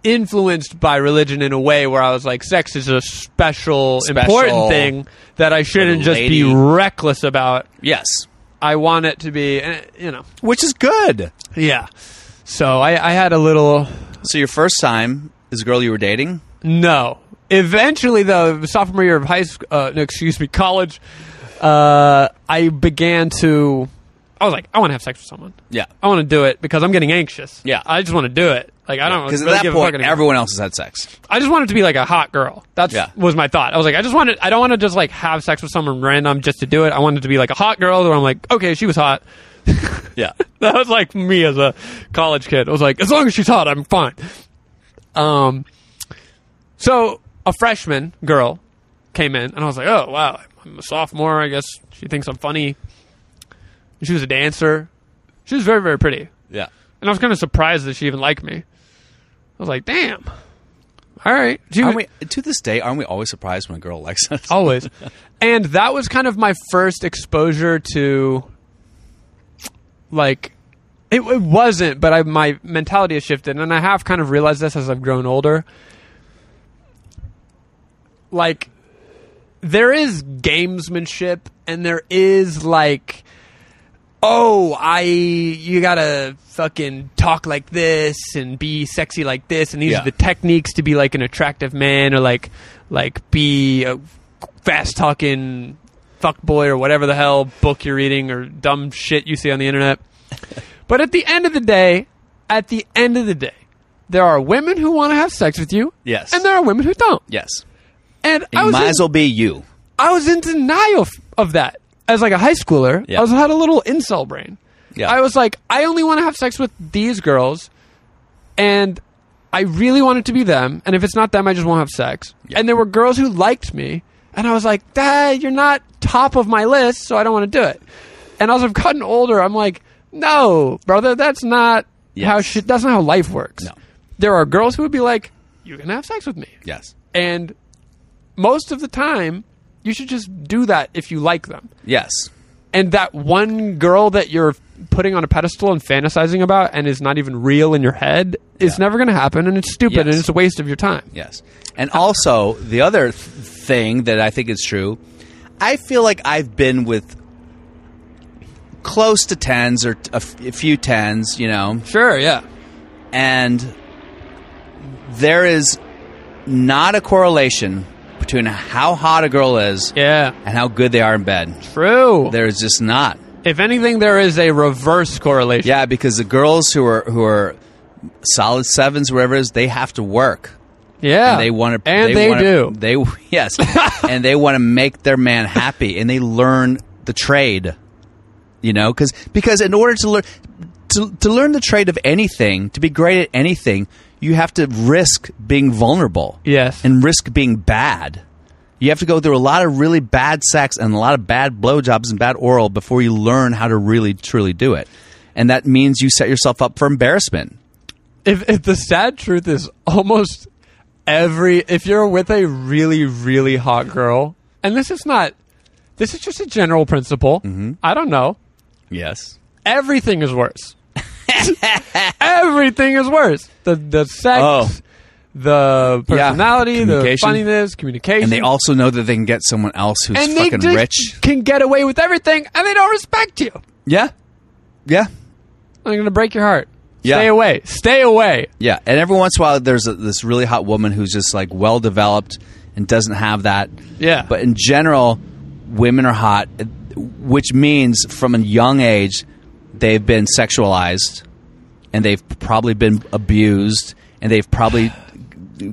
S4: influenced by religion in a way where I was like, sex is a special,
S3: Special.
S4: important thing that I shouldn't just be
S3: lady.
S4: reckless about.
S3: Yes.
S4: I want it to be, eh, you know.
S3: Which is good.
S4: Yeah. So I, I had a little
S3: So your first time is a girl you were dating?
S4: no. Eventually, though, sophomore year of high school, uh, no, excuse me, college, uh, I began to. I was like, I want to have sex with someone.
S3: Yeah.
S4: I want to do it because I'm getting anxious.
S3: Yeah.
S4: I just want to do it. Like I don't.
S3: Because
S4: really
S3: at that
S4: give a fuck
S3: point,
S4: anymore.
S3: everyone else has had sex.
S4: I just wanted to be like a hot girl. That's
S3: Yeah.
S4: was my thought. I was like, I just wanted. I don't want to just like have sex with someone random just to do it. I wanted to be like a hot girl where I'm like, okay, she was hot.
S3: Yeah.
S4: that was like me as a college kid. I was like, as long as she's hot, I'm fine. Um, so a freshman girl came in, and I was like, oh wow, I'm a sophomore. I guess she thinks I'm funny. And She was a dancer. She was very very pretty,
S3: Yeah.
S4: and I was kind of surprised that she even liked me. I was like, damn. All right. She was-
S3: Aren't we, to this day, aren't we always surprised when a girl likes us?
S4: always. and that was kind of my first exposure to like it, it wasn't, but I my mentality has shifted and I have kind of realized this as I've grown older. Like there is gamesmanship and there is like oh, I you got to fucking talk like this and be sexy like this and these
S3: Yeah.
S4: are the techniques to be like an attractive man or like like be a fast talking fuck boy or whatever the hell book you're reading or dumb shit you see on the internet. but at the end of the day, at the end of the day, there are women who want to have sex with you.
S3: Yes.
S4: And there are women who don't.
S3: Yes.
S4: And
S3: It
S4: I was
S3: might
S4: in-
S3: as well be you.
S4: I was in denial f- of that as like a high schooler.
S3: Yeah.
S4: I was had a little incel brain.
S3: Yeah.
S4: I was like, I only want to have sex with these girls, and I really want it to be them. And if it's not them, I just won't have sex. And there were girls who liked me, and I was like, Dad, you're not top of my list, so I don't want to do it. And as I've gotten older, I'm like, No, brother, that's not
S3: Yes.
S4: how shit. That's not how life works.
S3: No.
S4: There are girls who would be like, You can have sex with me.
S3: Yes.
S4: And most of the time, you should just do that if you like them.
S3: Yes.
S4: And that one girl that you're putting on a pedestal and fantasizing about and is not even real in your head is never going to happen and it's stupid and
S3: Yes.
S4: it's a waste of your time.
S3: Yes. And also, the other th- thing that I think is true, I feel like I've been with close to tens or t- a f- a few tens, you know,
S4: Sure, yeah.
S3: and there is not a correlation between how hot a girl is
S4: Yeah.
S3: and how good they are in bed.
S4: True.
S3: There's just not.
S4: if anything, there is a reverse correlation.
S3: Yeah, because the girls who are who are solid sevens, whatever it is, they have to work.
S4: Yeah.
S3: And they want to,
S4: And they,
S3: wanna,
S4: do.
S3: They yes, and they want to make their man happy, and they learn the trade you know, because because in order to learn to, to learn the trade of anything, to be great at anything, you have to risk being vulnerable.
S4: Yes.
S3: and risk being bad. You have to go through a lot of really bad sex and a lot of bad blowjobs and bad oral before you learn how to really truly do it. And that means you set yourself up for embarrassment.
S4: if, if the sad truth is almost every if you're with a really really hot girl and this is not this is just a general principle
S3: Mm-hmm.
S4: i don't know
S3: Yes.
S4: everything is worse everything is worse the the sex
S3: Oh.
S4: the
S3: Yeah.
S4: personality the
S3: Communication.
S4: funniness communication
S3: And they also know that they can get someone else who's
S4: and they
S3: fucking
S4: just
S3: rich.
S4: can get away with everything and they don't respect you
S3: Yeah. Yeah.
S4: i'm gonna break your heart
S3: Yeah.
S4: stay away stay away
S3: Yeah, and every once in a while, there's a, this really hot woman who's just like well developed and doesn't have that.
S4: Yeah.
S3: But in general, women are hot, which means from a young age, they've been sexualized, and they've probably been abused, and they've probably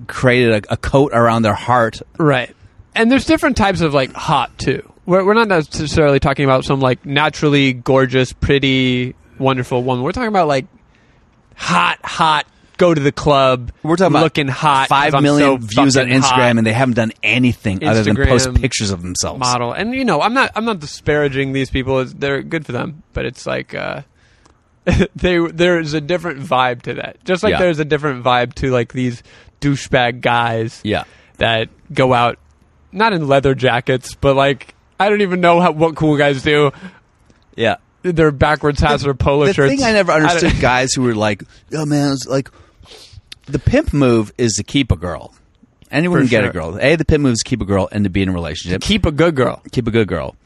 S3: created a, a coat around their heart.
S4: Right. And there's different types of like hot too. We're, we're not necessarily talking about some like naturally gorgeous, pretty, wonderful woman. We're talking about like hot, hot. Go to the club.
S3: We're talking about
S4: looking hot. 'cause
S3: five
S4: I'm
S3: million
S4: so
S3: views on
S4: fucking
S3: Instagram,
S4: hot
S3: and they haven't done anything other than post
S4: Instagram
S3: pictures of themselves.
S4: model. And you know, I'm not I'm not disparaging these people. It's, they're good for them, but it's like uh, they there's a different vibe to that. Just like
S3: Yeah.
S4: there's a different vibe to like these douchebag guys.
S3: Yeah.
S4: that go out not in leather jackets, but like I don't even know how, what cool guys do.
S3: Yeah.
S4: Their backwards hats or polo
S3: the
S4: shirts.
S3: thing I never
S4: don't-
S3: understood guys who were like, "Oh man, it's like the pimp move is to keep a girl. Anyone
S4: For
S3: can get a
S4: sure.
S3: girl. A the pimp move is to keep a girl and to be in a relationship.
S4: keep a good girl.
S3: keep a good girl.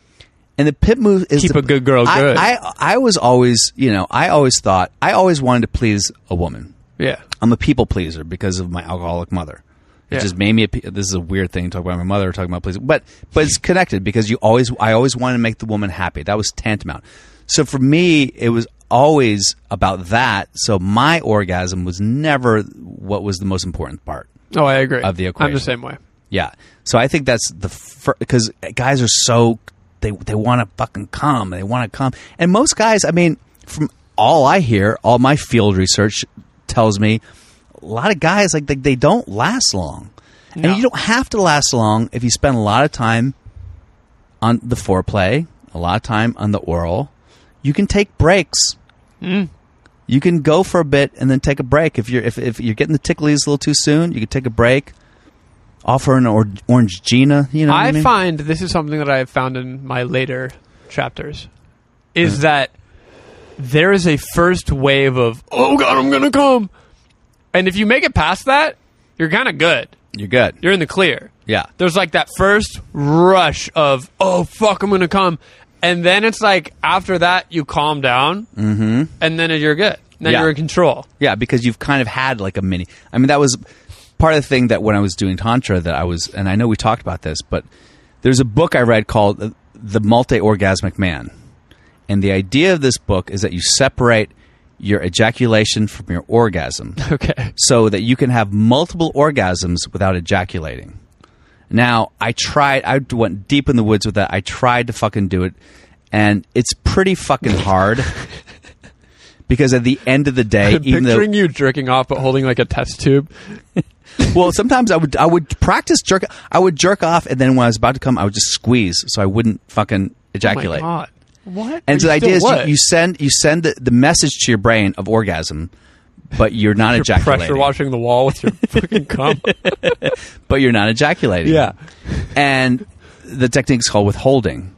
S3: And the pimp move is
S4: Keep
S3: to-
S4: a good girl
S3: I-
S4: good.
S3: I I was always you know I always thought I always wanted to please a woman.
S4: Yeah.
S3: I'm a people pleaser because of my alcoholic mother. It
S4: Yeah.
S3: just made me. A, pe- this is a weird thing to talk about my mother talking about pleasing, but but it's connected because you always. I always wanted to make the woman happy. That was tantamount. So for me, it was always about that. So my orgasm was never what was the most important part.
S4: Oh, I agree.
S3: Of the
S4: I'm
S3: equation.
S4: the same way.
S3: Yeah. So I think that's the first because guys are so they they want to fucking come. They want to come. And most guys, I mean, from all I hear, all my field research tells me a lot of guys like they, they don't last long.
S4: No.
S3: And you don't have to last long if you spend a lot of time on the foreplay, a lot of time on the oral. You can take breaks.
S4: Hmm.
S3: You can go for a bit and then take a break. If you're if, if you're getting the ticklies a little too soon, you can take a break. Offer an or- orange Gina. You know, what I,
S4: I
S3: mean?
S4: find this is something that I have found in my later chapters is
S3: Mm.
S4: that there is a first wave of oh god I'm gonna come, and if you make it past that, you're kind of good.
S3: you're good.
S4: You're in the clear.
S3: yeah,
S4: There's like that first rush of oh fuck I'm gonna come, and then it's like after that you calm down, mm-hmm. and then you're good. Then
S3: Yeah.
S4: you're in control.
S3: yeah, because you've kind of had like a mini. I mean, that was part of the thing that when I was doing tantra, that I was, and I know we talked about this, but there's a book I read called uh, "The Multi-Orgasmic Man," and the idea of this book is that you separate your ejaculation from your orgasm.
S4: Okay.
S3: so that you can have multiple orgasms without ejaculating. Now, I tried, I went deep in the woods with that. I tried to fucking do it, and it's pretty fucking hard because at the end of the day,
S4: I'm
S3: even though,
S4: picturing you jerking off but holding like a test tube.
S3: well, sometimes I would, I would practice jerk, I would jerk off, and then when I was about to come, I would just squeeze so I wouldn't fucking
S4: Oh My
S3: ejaculate.
S4: God. What?
S3: And so the
S4: You still
S3: idea is you,
S4: would.
S3: you send, you send the, the message to your brain of orgasm, but you're not
S4: You're
S3: ejaculating.
S4: pressure washing the wall with your fucking cum.
S3: but you're not ejaculating.
S4: Yeah.
S3: And the technique's called withholding.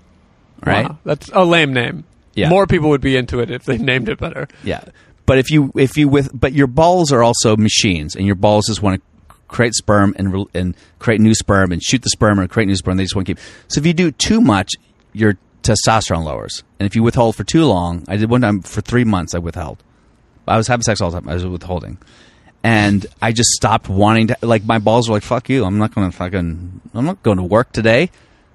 S3: Right?
S4: Wow. That's a lame name.
S3: Yeah.
S4: More people would be into it if they named it better.
S3: Yeah. But if you if you with but your balls are also machines and your balls just want to create sperm and re- and create new sperm and shoot the sperm and create new sperm they just want to keep. So if you do too much, your testosterone lowers. And if you withhold for too long, I did one time for 3 months I withheld. I was having sex all the time. I was withholding. And I just stopped wanting to like my balls were like fuck you. I'm not going to fucking I'm not going to work today.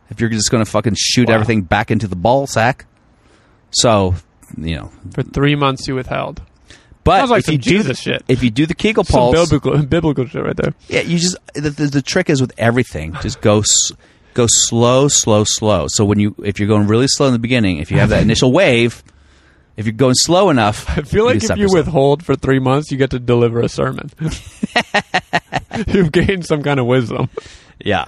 S3: If you're just going to fucking shoot
S4: Wow.
S3: everything back into the ball sack. So, you know,
S4: For three months, you withheld.
S3: but
S4: Sounds like
S3: if you
S4: some
S3: do
S4: Jesus shit.
S3: if you do the Kegel
S4: Some
S3: pulse,
S4: biblical, biblical shit right there.
S3: yeah, you just the, the, the trick is with everything, just go. S- Go slow, slow, slow. So when you if you're going really slow in the beginning, if you have that initial wave, if you're going slow enough,
S4: I feel like if you
S3: with.
S4: withhold for three months, you get to deliver a sermon. You've gained some kind of wisdom.
S3: Yeah.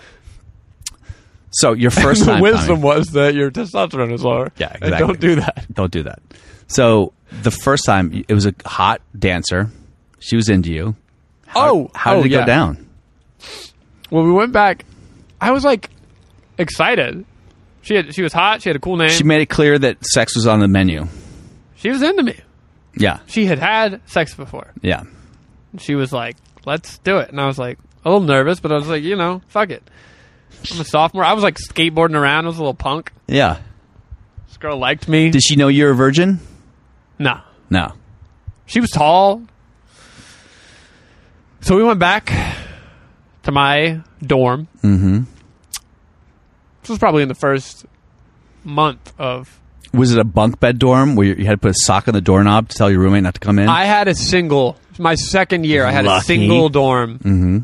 S3: So your first
S4: the
S3: time
S4: wisdom
S3: timing-
S4: was that your testosterone is lower.
S3: Yeah,
S4: And
S3: exactly.
S4: don't do that.
S3: Don't do that. So the first time it was a hot dancer. She was into you.
S4: oh,
S3: How
S4: oh,
S3: did it
S4: yeah.
S3: go down?
S4: When we went back, I was like excited. She had, she was hot. She had a cool name.
S3: She made it clear that sex was on the menu.
S4: she was into me.
S3: Yeah.
S4: She had had sex before.
S3: Yeah.
S4: she was like, "Let's do it," and I was like, a little nervous, but I was like, you know, fuck it. I'm a sophomore. I was like skateboarding around. I was a little punk.
S3: Yeah.
S4: This girl liked me.
S3: Did she know you're a virgin?
S4: no,
S3: No.
S4: she was tall. So we went back to my dorm. Mm-hmm. This was probably in the first month of.
S3: Was it a bunk bed dorm where you had to put a sock on the doorknob to tell your roommate not to come in?
S4: I had a single. My second year, I had a
S3: Lucky.
S4: single dorm. Mm-hmm.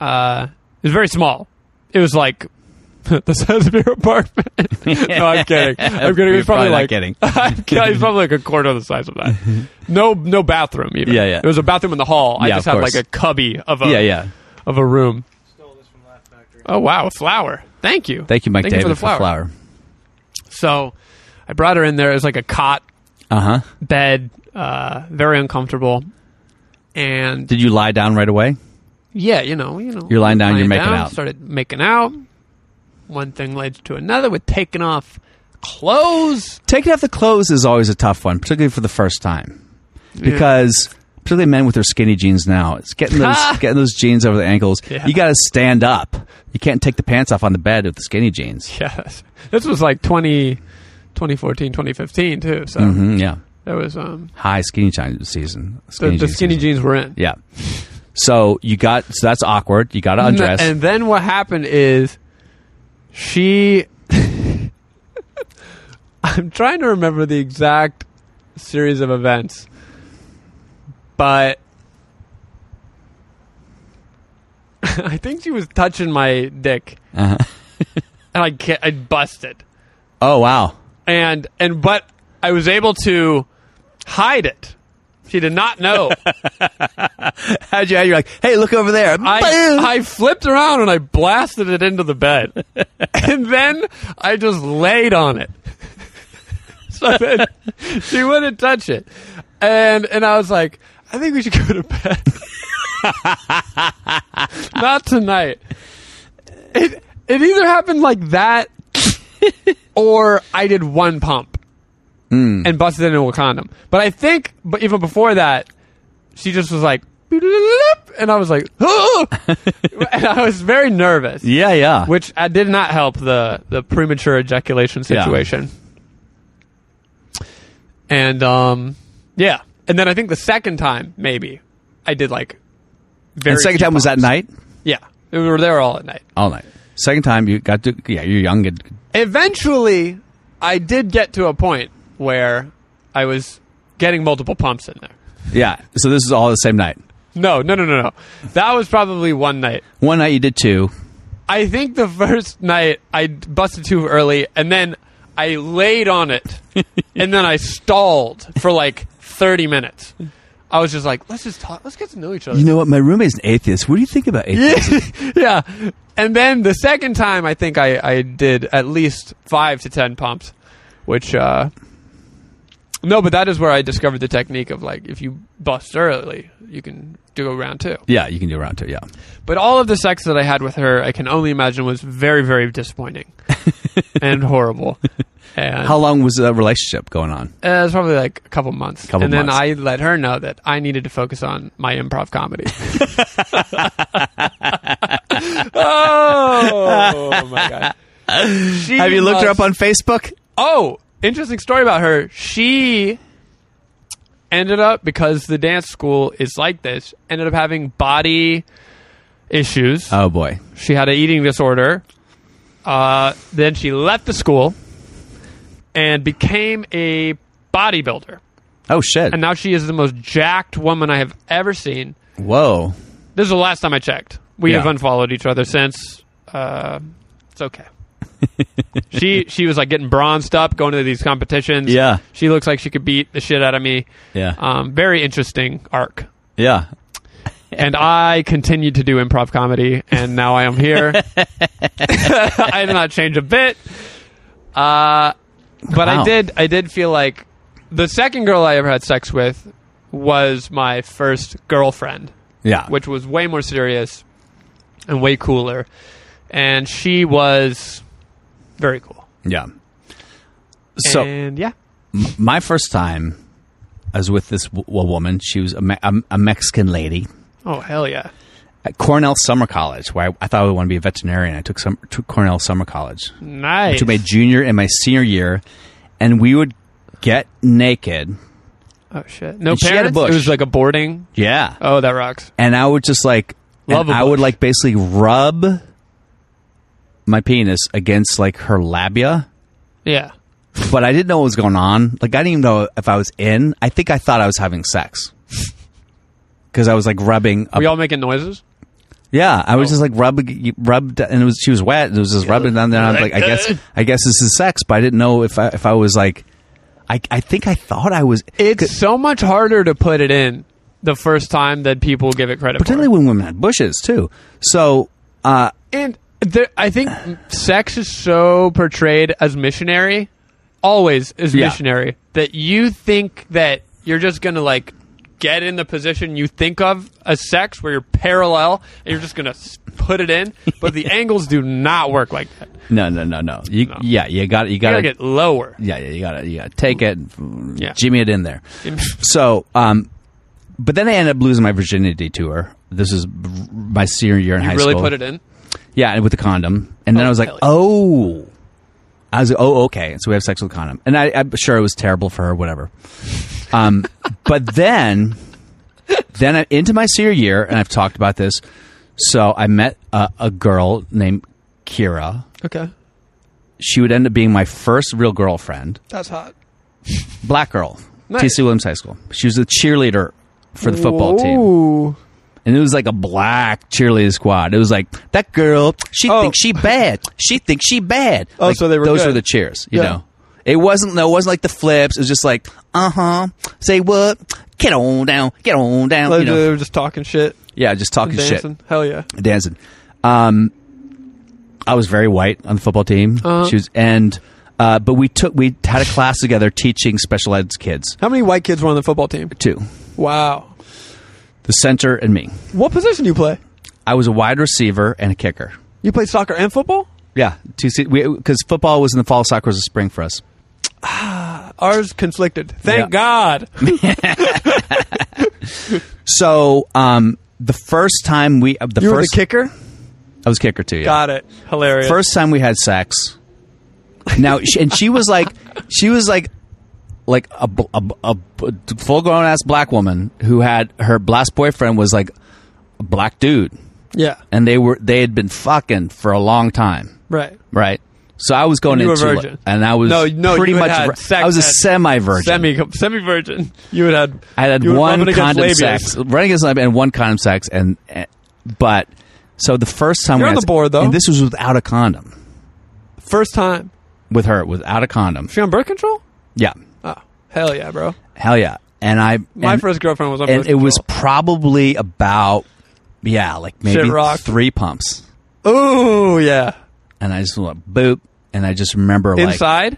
S4: Uh, it was very small. It was like the size of your apartment. no, I'm kidding. I'm kidding. It
S3: You're
S4: was probably,
S3: probably not
S4: like
S3: kidding.
S4: I'm kidding. It was probably like a quarter of the size of that. No, no bathroom. Even.
S3: Yeah, yeah.
S4: It was a bathroom in the hall. I
S3: Yeah,
S4: just
S3: of
S4: had
S3: course.
S4: like a cubby of a
S3: yeah, yeah.
S4: of a room. Oh wow, a flower. Thank you.
S3: Thank you, Mike
S4: Thank
S3: David,
S4: you for the flower.
S3: flower.
S4: So, I brought her in there. It was like a cot
S3: Uh huh.
S4: bed, uh, very uncomfortable. And
S3: Did you lie down right away?
S4: Yeah, you know, you know.
S3: You're lying down, you're making out.
S4: Started making out. One thing led to another with taking off clothes.
S3: Taking off the clothes is always a tough one, particularly for the first time, because particularly men with their skinny jeans now, it's getting those getting those jeans over the ankles.
S4: Yeah.
S3: You got to stand up. You can't take the pants off on the bed with the skinny jeans.
S4: Yes. This was like 20, 2014, 2015 too. So
S3: Mm, yeah,
S4: that was um
S3: high skinny jeans season.
S4: the,
S3: Skinny
S4: the
S3: jeans
S4: skinny
S3: season.
S4: jeans were in.
S3: Yeah. So you got so that's awkward. You got to undress.
S4: And then what happened is she I'm trying to remember the exact series of events. But I think she was touching my dick.
S3: Uh-huh.
S4: and I ca I busted.
S3: oh wow.
S4: And and but I was able to hide it. She did not know.
S3: How'd you? You're like, hey, look over there. Boom.
S4: I, I flipped around and I blasted it into the bed. and then I just laid on it. so then she wouldn't touch it. And and I was like, I think we should go to bed. Not tonight. It it either happened like that or I did one pump
S3: Hmm.
S4: and busted into a condom. But I think but even before that, she just was like and I was like, and I was very nervous,
S3: yeah, yeah.
S4: which I did not help the the premature ejaculation
S3: Yeah.
S4: situation. And um, yeah, and then I think the second time maybe I did like. Very
S3: and second
S4: few
S3: time was that
S4: pumps.
S3: night,
S4: Yeah, we were there all at night.
S3: all night. Second time you got to. Yeah, you're young. and
S4: Eventually, I did get to a point where I was getting multiple pumps in there.
S3: Yeah. So this is all the same night.
S4: No, no, no, no, no. That was probably one night.
S3: One night you did two.
S4: I think the first night I busted too early, and then I laid on it, and then I stalled for like thirty minutes. I was just like, let's just talk, let's get to know each other.
S3: You know what? My roommate's an atheist. What do you think about atheists?
S4: yeah. And then the second time, I think I, I did at least five to ten pumps, which uh, no, but that is where I discovered the technique of like if you bust early, you can do a round two.
S3: Yeah, you can do round two. Yeah.
S4: But all of the sex that I had with her, I can only imagine was very, very disappointing and horrible. And
S3: How long was the relationship going on?
S4: uh, it was probably like a couple months.
S3: Couple
S4: and
S3: months.
S4: then I let her know that I needed to focus on my improv comedy. oh my god! She
S3: Have you looked her up
S4: must-
S3: on Facebook?
S4: Oh, interesting story about her. She ended up because the dance school is like this. Ended up having body issues.
S3: Oh boy.
S4: She had an eating disorder. Uh, then she left the school and became a bodybuilder.
S3: Oh shit.
S4: And now she is the most jacked woman I have ever seen.
S3: Whoa.
S4: This is the last time I checked. We
S3: Yeah.
S4: have unfollowed each other since. Uh, It's okay. she she was like getting bronzed up, going to these competitions.
S3: Yeah.
S4: she looks like she could beat the shit out of me.
S3: Yeah.
S4: Um, very interesting arc.
S3: yeah.
S4: And I continued to do improv comedy, and now I am here. I did not change a bit, uh, but I
S3: Wow.
S4: did. I did feel like the second girl I ever had sex with was my first girlfriend
S3: Yeah.
S4: which was way more serious and way cooler. And she was very cool.
S3: yeah. So
S4: and yeah,
S3: my first time, I was with this w- a woman. She was a, Me- a, a Mexican lady
S4: oh hell yeah,
S3: at Cornell Summer College, where I, I thought I would want to be a veterinarian. I took some took Cornell Summer College.
S4: nice.
S3: to my junior and my senior year, and we would get naked.
S4: oh shit, no
S3: And she had a
S4: parents.
S3: bush.
S4: It was like a boarding.
S3: Yeah.
S4: Oh, that rocks.
S3: And I would just like,
S4: Love
S3: and
S4: a
S3: I would
S4: bush.
S3: like basically rub my penis against like her labia,
S4: Yeah,
S3: but I didn't know what was going on. Like, I didn't even know if I was in. I think I thought I was having sex. Because I was like rubbing, a,
S4: we all making noises.
S3: yeah. I
S4: Oh.
S3: was just like rubbing, rubbed, and it was she was wet, and it was just rubbing down there. And I was like, I guess, I guess this is sex, but I didn't know if I if I was like, I I think I thought I was.
S4: It's so much harder to put it in the first time than people give it credit
S3: particularly
S4: for.
S3: when women had bushes too. So uh,
S4: And there, I think sex is so portrayed as missionary, always as
S3: Yeah.
S4: missionary, that you think that you're just gonna like get in the position you think of as sex, where you're parallel and you're just gonna s- put it in, but the angles do not work like that.
S3: no, no, no, no. You, Yeah, you got you
S4: You
S3: got
S4: gotta
S3: to
S4: get lower.
S3: yeah, yeah, you got to you got to take it,
S4: Yeah.
S3: jimmy it in there. So, um, but then I ended up losing my virginity to her. This is my senior year in
S4: You
S3: high
S4: really
S3: school.
S4: put it in.
S3: Yeah, and with the condom. And then
S4: Oh,
S3: I was like,
S4: hell yeah.
S3: oh. I was like, oh, okay. So we have sex with a condom. And I, I'm sure it was terrible for her, whatever. Um, but then, then I, into my senior year, and I've talked about this. So I met a, a girl named Kira.
S4: Okay,
S3: She would end up being my first real girlfriend.
S4: that's hot.
S3: Black girl.
S4: Nice.
S3: TC Williams High School. She was a cheerleader for the football team.
S4: Ooh.
S3: And it was like a black cheerleader squad. It was like that girl. She
S4: Oh.
S3: thinks she bad. She thinks she bad.
S4: Oh,
S3: Like,
S4: so they were
S3: those
S4: good.
S3: were the cheers. You
S4: Yeah.
S3: know, it wasn't. No, it wasn't like the flips. It was just like, uh huh. Say what? Get on down. Get on down. you know?
S4: were just talking shit,
S3: Yeah, just talking shit,
S4: Hell yeah.
S3: dancing. Um, I was very white on the football team.
S4: Uh-huh.
S3: She was, and uh, but we took we had a class together teaching special ed kids
S4: How many white kids were on the football team?
S3: too.
S4: Wow.
S3: The center and me.
S4: What position do you play?
S3: I was a wide receiver and a kicker.
S4: You played soccer and football.
S3: Yeah, because football was in the fall, soccer was the spring for us.
S4: Ours conflicted. Thank
S3: Yeah.
S4: God.
S3: So um, the first time we, uh, the
S4: You were the
S3: first,
S4: kicker?
S3: I was kicker too. Yeah,
S4: Got it. Hilarious.
S3: first time we had sex. Now she, and she was like, she was like, like a, bl- a, full grown ass black woman who had her last boyfriend was like a black dude,
S4: yeah.
S3: and they were they had been fucking for a long time,
S4: Right.
S3: right? So I was going
S4: You were
S3: into it,
S4: virgin.
S3: and I was
S4: No, no,
S3: pretty
S4: you had
S3: much
S4: had
S3: vir-
S4: sex
S3: I was a
S4: at-
S3: semi virgin.
S4: Semi semi virgin. You would had
S3: I had
S4: you would
S3: one
S4: rubbing against
S3: condom
S4: labias.
S3: sex, running against labia, and one condom sex, and, and- but so the first time
S4: You're
S3: we
S4: on
S3: had
S4: the
S3: sex-
S4: board, though.
S3: and this was without a condom
S4: First time.
S3: with her, without a condom.
S4: She on birth control?
S3: Yeah,
S4: Oh. Hell yeah, bro.
S3: hell yeah, and I
S4: My
S3: and,
S4: first girlfriend was on
S3: and
S4: birth
S3: it
S4: control.
S3: was probably about yeah, like maybe
S4: Shit rocked.
S3: three pumps,
S4: Ooh yeah.
S3: and I just went boop, and I just remember like
S4: Inside?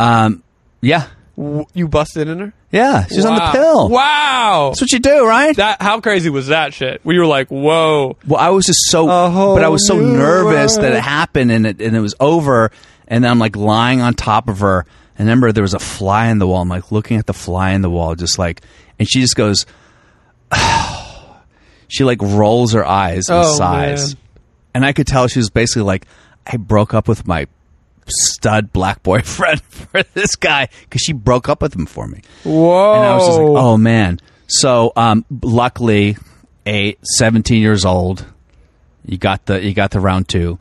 S3: yeah,
S4: W- you busted in her?
S3: yeah, she's on the
S4: Wow.
S3: pill.
S4: Wow.
S3: That's what you do, right?
S4: that how crazy was that shit? We were like, whoa.
S3: Well, I was just so,
S4: A whole
S3: but I was so
S4: new
S3: nervous
S4: world.
S3: that it happened and it and it was over. And I'm like lying on top of her. And I remember there was a fly in the wall. I'm like looking at the fly in the wall, just like, and she just goes, she like rolls her eyes and
S4: Oh,
S3: sighs.
S4: man.
S3: And I could tell she was basically like, I broke up with my stud black boyfriend for this guy because she broke up with him for me.
S4: Whoa.
S3: And I was just like, oh man. So um, luckily, a 17 years old, you got the you got the round two.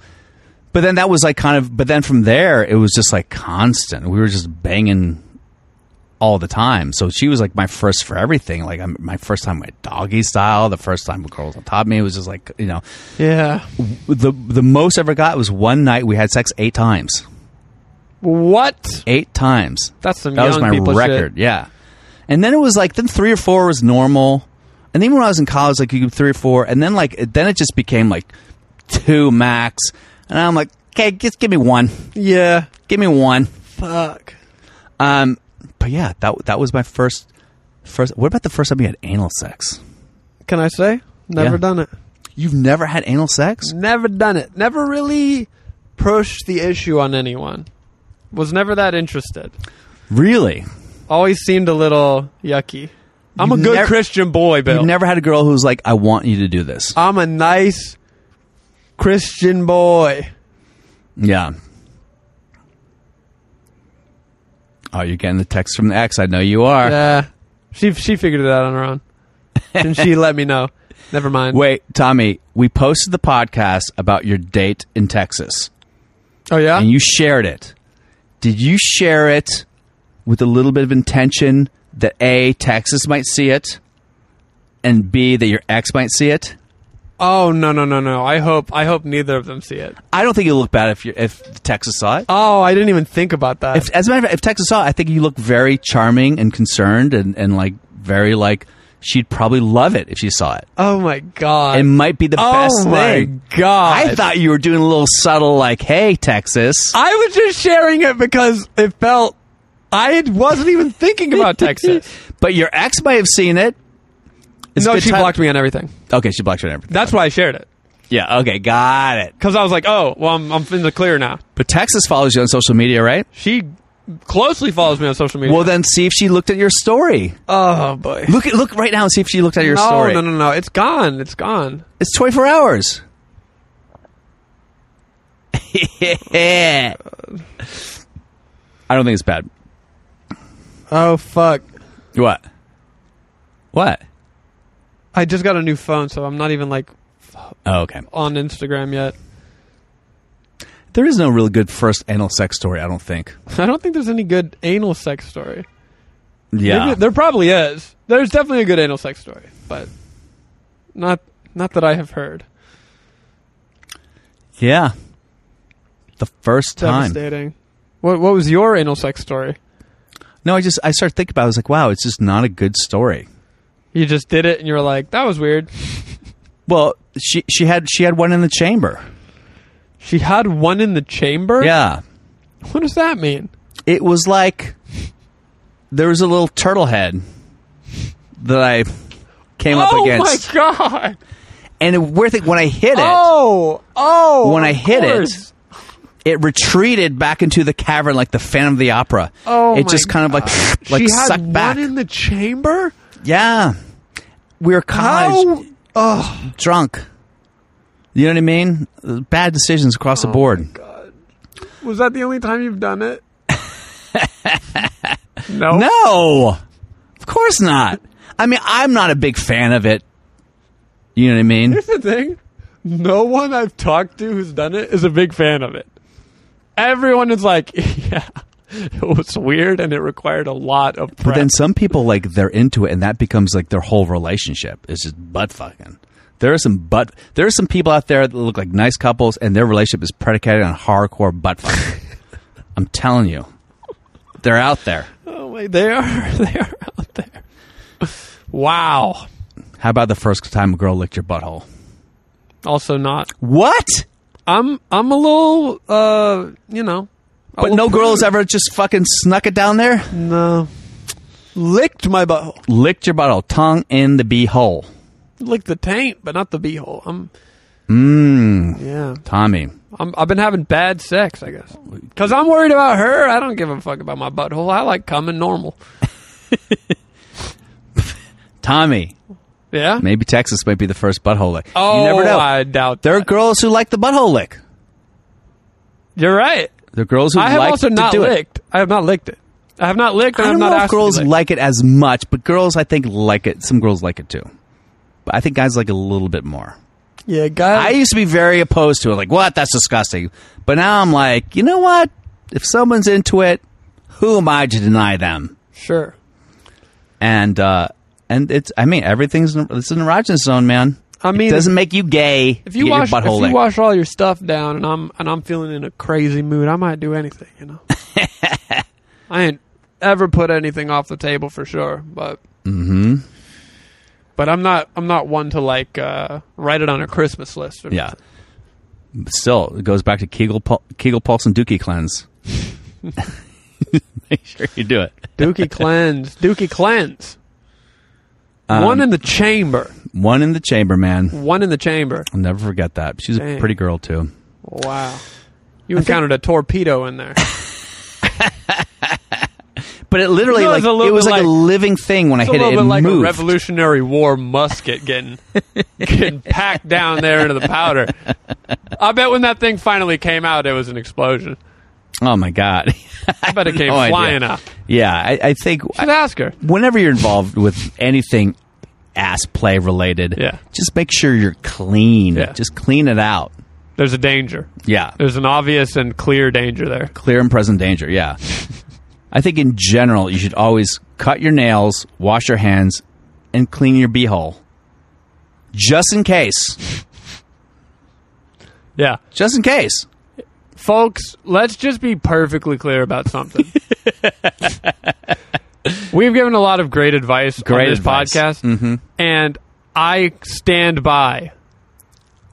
S3: But then that was like kind of. But then from there, it was just like constant. We were just banging all the time. So she was like my first for everything. Like I'm, my first time with doggy style, the first time with girls on top of me. It was just like you know,
S4: Yeah.
S3: the the most I ever got was one night we had sex eight times.
S4: What?
S3: Eight times.
S4: That's some
S3: that was my
S4: young people
S3: record.
S4: shit.
S3: Yeah, and then it was like then three or four was normal, and even when I was in college, like you could three or four, and then like then it just became like two max, and I'm like, okay, just give me one,
S4: Yeah.
S3: give me one.
S4: Fuck.
S3: Um, but yeah, that that was my first first. What about the first time you had anal sex?
S4: Can I say? Never
S3: Yeah.
S4: done it.
S3: You've never had anal sex?
S4: Never done it. Never really pushed the issue on anyone. Was never that interested.
S3: Really?
S4: Always seemed a little yucky. I'm a
S3: You've
S4: good
S3: never-
S4: Christian boy, Bill.
S3: You've never had a girl who's like, I want you to do this.
S4: I'm a nice Christian boy.
S3: Yeah. Oh, you're getting the text from the ex. I know you are.
S4: Yeah. She she figured it out on her own. And she let me know. Never mind.
S3: Wait, Tommy, we posted the podcast about your date in Texas
S4: Oh yeah?
S3: and you shared it. Did you share it with a little bit of intention that A, Texas might see it, and B, that your ex might see it?
S4: oh no no no no. I hope I hope neither of them see it.
S3: I don't think you look bad if you if Texas saw it.
S4: Oh, I didn't even think about that.
S3: If, as a matter of fact, if Texas saw, it, I think you look very charming and concerned, and, and like very like she'd probably love it if she saw it.
S4: oh my god.
S3: It might be the
S4: oh
S3: best
S4: my
S3: thing.
S4: god.
S3: I thought you were doing a little subtle, like, "Hey, Texas,
S4: I was just sharing it because it felt I had- wasn't even thinking about Texas.
S3: but your ex might have seen it." It's
S4: no,
S3: good
S4: she
S3: time-
S4: blocked me on everything.
S3: Okay, she blocked you on everything.
S4: That's why I shared it.
S3: Yeah. Okay, got it.
S4: Because I was like, oh, well, I'm, I'm in the clear now.
S3: But Texas follows you on social media, right?
S4: She closely follows me on social media.
S3: Well, then see if she looked at your story.
S4: oh, boy.
S3: Look at look right now and see if she looked at your
S4: no,
S3: story.
S4: no, no, no. It's gone. It's gone.
S3: It's 24 hours. I don't think it's bad.
S4: Oh, fuck.
S3: What? What?
S4: I just got a new phone, so I'm not even like
S3: Oh, okay.
S4: on Instagram yet.
S3: There is no real good first anal sex story, I don't think.
S4: I don't think there's any good anal sex story.
S3: Yeah.
S4: Maybe- there probably is. There's definitely a good anal sex story, but not not that I have heard.
S3: Yeah. The first time.
S4: Devastating. What what was your anal sex story?
S3: No, I just I started thinking about it. I was like, wow, it's just not a good story.
S4: You just did it, and you were like, "That was weird."
S3: Well, she she had she had one in the chamber.
S4: She had one in the chamber.
S3: Yeah.
S4: What does that mean?
S3: it was like there was a little turtle head that I came up
S4: oh
S3: against,
S4: my god!
S3: and it, worth it when I hit it,
S4: Oh oh!
S3: When
S4: of
S3: I hit it,
S4: course.
S3: it retreated back into the cavern like the Phantom of the Opera.
S4: Oh
S3: it
S4: my
S3: just kind of like like
S4: she had
S3: sucked
S4: one
S3: back.
S4: in the chamber.
S3: yeah, we were college
S4: How? Oh
S3: drunk. You know what I mean? Bad decisions across the board.
S4: was that the only time you've done it? no.
S3: No, of course not. I mean, I'm not a big fan of it. You know what I mean?
S4: Here's the thing: no one I've talked to who's done it is a big fan of it. Everyone is like, "Yeah, it was weird, and it required a lot of." Prep.
S3: But then some people like they're into it, and that becomes like their whole relationship. It's just butt fucking. There are some butt. There are some people out there that look like nice couples, and their relationship is predicated on hardcore butt fucking. I'm telling you, they're out there.
S4: Oh wait, they are they are out there. Wow.
S3: How about the first time a girl licked your butthole?
S4: Also not.
S3: What?
S4: I'm I'm a little uh you know. a
S3: But
S4: little
S3: no girl has
S4: prude.
S3: ever just fucking snuck it down there,
S4: no licked my butthole.
S3: licked your butthole, tongue in the beehole.
S4: Licked the taint, but not the beehole. I'm
S3: Mmm,
S4: yeah.
S3: Tommy.
S4: I'm I've been having bad sex, I guess.
S3: Oh,
S4: Cuz I'm worried about her. I don't give a fuck about my butthole. I like coming normal.
S3: Tommy,
S4: Yeah?
S3: maybe Texas might be the first butthole lick.
S4: Oh,
S3: you never know.
S4: I doubt
S3: there are
S4: that.
S3: girls who like the butthole lick.
S4: You're right.
S3: The girls who
S4: I have
S3: like
S4: also
S3: to
S4: not
S3: do it.
S4: licked. I have not licked it. I have not licked and
S3: I
S4: I'm
S3: don't
S4: not
S3: know if
S4: asked to be
S3: girls
S4: licked.
S3: like it as much, but girls I think like it. Some girls like it too, but I think guys like it a little bit more.
S4: Yeah, guys.
S3: I used to be very opposed to it, like what? That's disgusting. But now I'm like, you know what? If someone's into it, who am I to deny them?
S4: Sure.
S3: and uh, and it's I mean everything's it's an erogenous zone, man.
S4: I mean,
S3: it doesn't make you gay.
S4: If you
S3: get
S4: wash
S3: your
S4: if
S3: butthole
S4: you
S3: licked.
S4: wash all your stuff down and I'm and I'm feeling in a crazy mood, I might do anything, you know. I ain't ever put anything off the table for sure, but
S3: Mm-hmm.
S4: But I'm not I'm not one to like uh, write it on a Christmas list. Or
S3: yeah. But still, it goes back to Kegel, Pul- Kegel Pulse and Dookie Cleanse. make sure you do it.
S4: Dookie cleanse, Dookie cleanse.
S3: Um,
S4: one in the chamber,
S3: One in the chamber, man.
S4: one in the chamber.
S3: I'll never forget that. She's a
S4: Dang.
S3: pretty girl too.
S4: Wow, you encountered a torpedo in there.
S3: But it literally,
S4: No,
S3: like,
S4: it's a little
S3: it was
S4: bit
S3: like, a
S4: like-
S3: living thing when I
S4: It's a
S3: hit
S4: little
S3: it. It
S4: bit like a
S3: moved.
S4: Revolutionary War musket getting getting packed down there into the powder. I bet when that thing finally came out, it was an explosion.
S3: oh my god!
S4: I bet it came
S3: No idea.
S4: flying out.
S3: yeah, I, I think
S4: Should ask her.
S3: whenever you're involved with anything ass play related,
S4: Yeah.
S3: just make sure you're clean.
S4: Yeah. Uh,
S3: Just clean it out.
S4: There's a danger.
S3: Yeah.
S4: There's an obvious and clear danger there.
S3: Clear and present danger. Yeah. I think in general, you should always cut your nails, wash your hands, and clean your beehole. Just in case.
S4: Yeah,
S3: Just in case.
S4: folks, let's just be perfectly clear about something. We've given a lot of great advice
S3: Great
S4: on this
S3: advice. Mm-hmm.
S4: podcast, and I stand by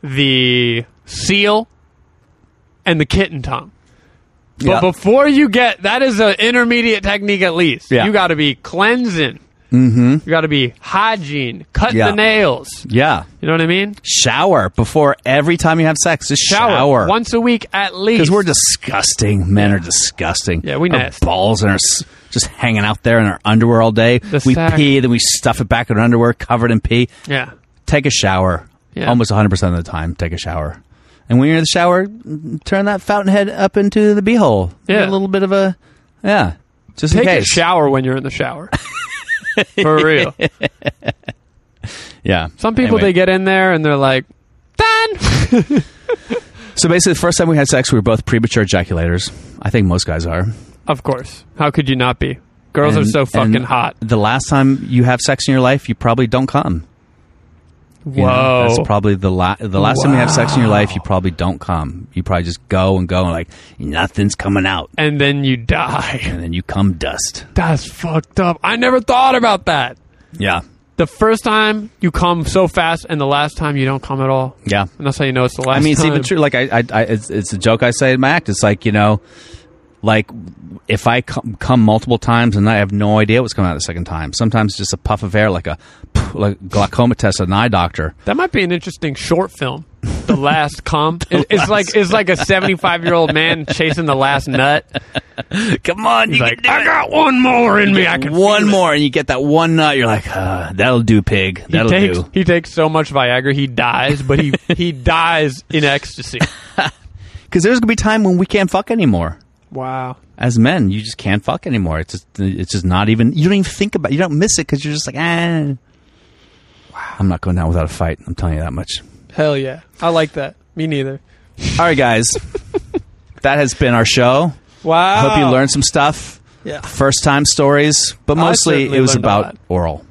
S4: the seal and the kitten tongue. But
S3: Yeah.
S4: before you get that is an intermediate technique at least.
S3: Yeah.
S4: You got to be cleansing. Mm-hmm. You got to be hygiene, cut
S3: Yeah.
S4: the nails.
S3: Yeah.
S4: You know what I mean?
S3: Shower before every time you have sex. Just shower.
S4: once a week at least.
S3: Because we're disgusting. Men are disgusting.
S4: Yeah, we
S3: our
S4: nasty.
S3: balls and our s- just hanging out there in our underwear all day. we
S4: sack.
S3: pee, then we stuff it back in our underwear, covered in pee.
S4: yeah.
S3: Take a shower.
S4: Yeah.
S3: Almost 100 percent of the time, take a shower. And when you're in the shower, mm, turn that fountainhead up into the beehole.
S4: Yeah.
S3: Get a little bit of a yeah. Just
S4: Take
S3: in
S4: a
S3: case.
S4: shower when you're in the shower. For real.
S3: yeah.
S4: Some people
S3: Anyway.
S4: they get in there and they're like, "Done."
S3: So basically, the first time we had sex, we were both premature ejaculators. I think most guys are.
S4: of course. How could you not be? Girls are
S3: And-
S4: so fucking
S3: and
S4: hot.
S3: The last time you have sex in your life, you probably don't come.
S4: Whoa.
S3: You know, that's probably the la- the last time you have sex in your life, you probably don't come. You probably just go and go and like nothing's coming out,
S4: and then you die.
S3: and then you come dust.
S4: That's fucked up. I never thought about that.
S3: Yeah,
S4: The first time you come so fast, and the last time you don't come at all.
S3: yeah.
S4: And that's how you know it's the last.
S3: I mean, it's
S4: time.
S3: even true. Like I, I, I it's, it's a joke I say in my act. It's like you know, like if I come, come multiple times and I have no idea what's coming out the second time. Sometimes just a puff of air, like a like glaucoma test at an eye doctor.
S4: That might be an interesting short film. The last cum. It- it's like it's like a seventy-five-year-old man chasing the last nut.
S3: Come on, you
S4: Like I got one more in me. I can
S3: one more, and you get that one nut. You're like, ah, that'll do, pig.
S4: He
S3: That'll
S4: takes,
S3: do.
S4: he takes so much Viagra, he dies, but he, he dies in ecstasy.
S3: Because there's gonna be time when we can't fuck anymore.
S4: Wow.
S3: as men, you just can't fuck anymore. It's just, it's just not even. You don't even think about. You don't miss it because you're just like, ah. I'm not going down without a fight. I'm telling you that much.
S4: Hell yeah. I like that. Me neither.
S3: All right, guys, that has been our show.
S4: Wow.
S3: I hope you learned some stuff.
S4: Yeah.
S3: First time stories, but
S4: Oh. I
S3: mostly
S4: certainly
S3: it was
S4: learned a
S3: about
S4: lot.
S3: oral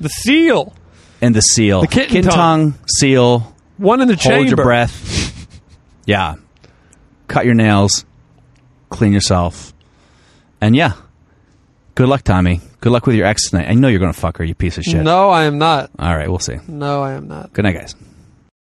S4: The seal.
S3: and the seal, the
S4: kitten
S3: tongue, seal.
S4: One in the chamber.
S3: Hold your breath. Yeah, cut your nails, clean yourself, and yeah. Good luck, Tommy. Good luck with your ex tonight. I know you're going to fuck her, you piece of shit.
S4: No, I am not.
S3: All right, we'll see.
S4: No, I am not.
S3: Good night, guys.